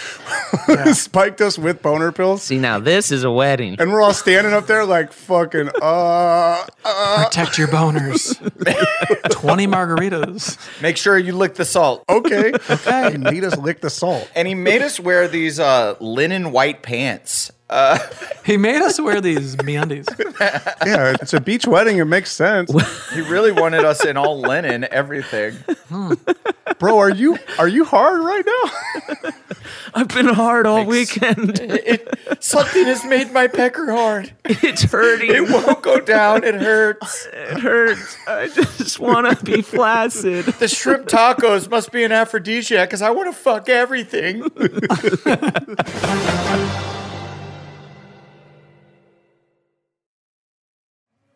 spiked us with boner pills. See, now this is a wedding. And we're all standing up there like fucking uh, uh protect your boners. Twenty margaritas. Make sure you lick the salt. Okay. Okay. He made us lick the salt. And he made us wear these uh, linen white pants. Uh, he made us wear these meandies. Yeah, it's a beach wedding. It makes sense. He really wanted us in all linen, everything. Hmm. Bro, are you are you hard right now? I've been hard all weekend. something has made my pecker hard. it's hurting. It won't go down. It hurts. It hurts. I just want to be flaccid. The shrimp tacos must be an aphrodisiac because I want to fuck everything.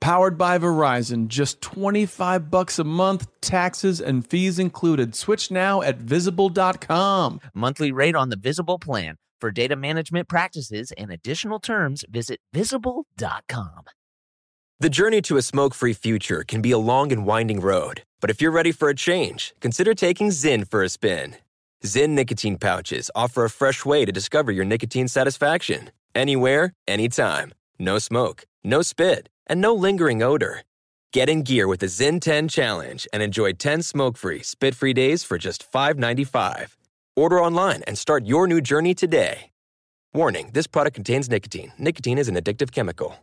powered by Verizon. Just 25 bucks a month, taxes and fees included. Switch now at visible.com. Monthly rate on the Visible plan. For data management practices and additional terms, visit visible.com. The journey to a smoke free future can be a long and winding road, but if you're ready for a change, consider taking Zyn for a spin. Zyn nicotine pouches offer a fresh way to discover your nicotine satisfaction anywhere, anytime. No smoke, no spit, and no lingering odor. Get in gear with the Zyn 10 Challenge and enjoy 10 smoke free, spit free days for just $5.95. Order online and start your new journey today. Warning this product contains nicotine. Nicotine is an addictive chemical.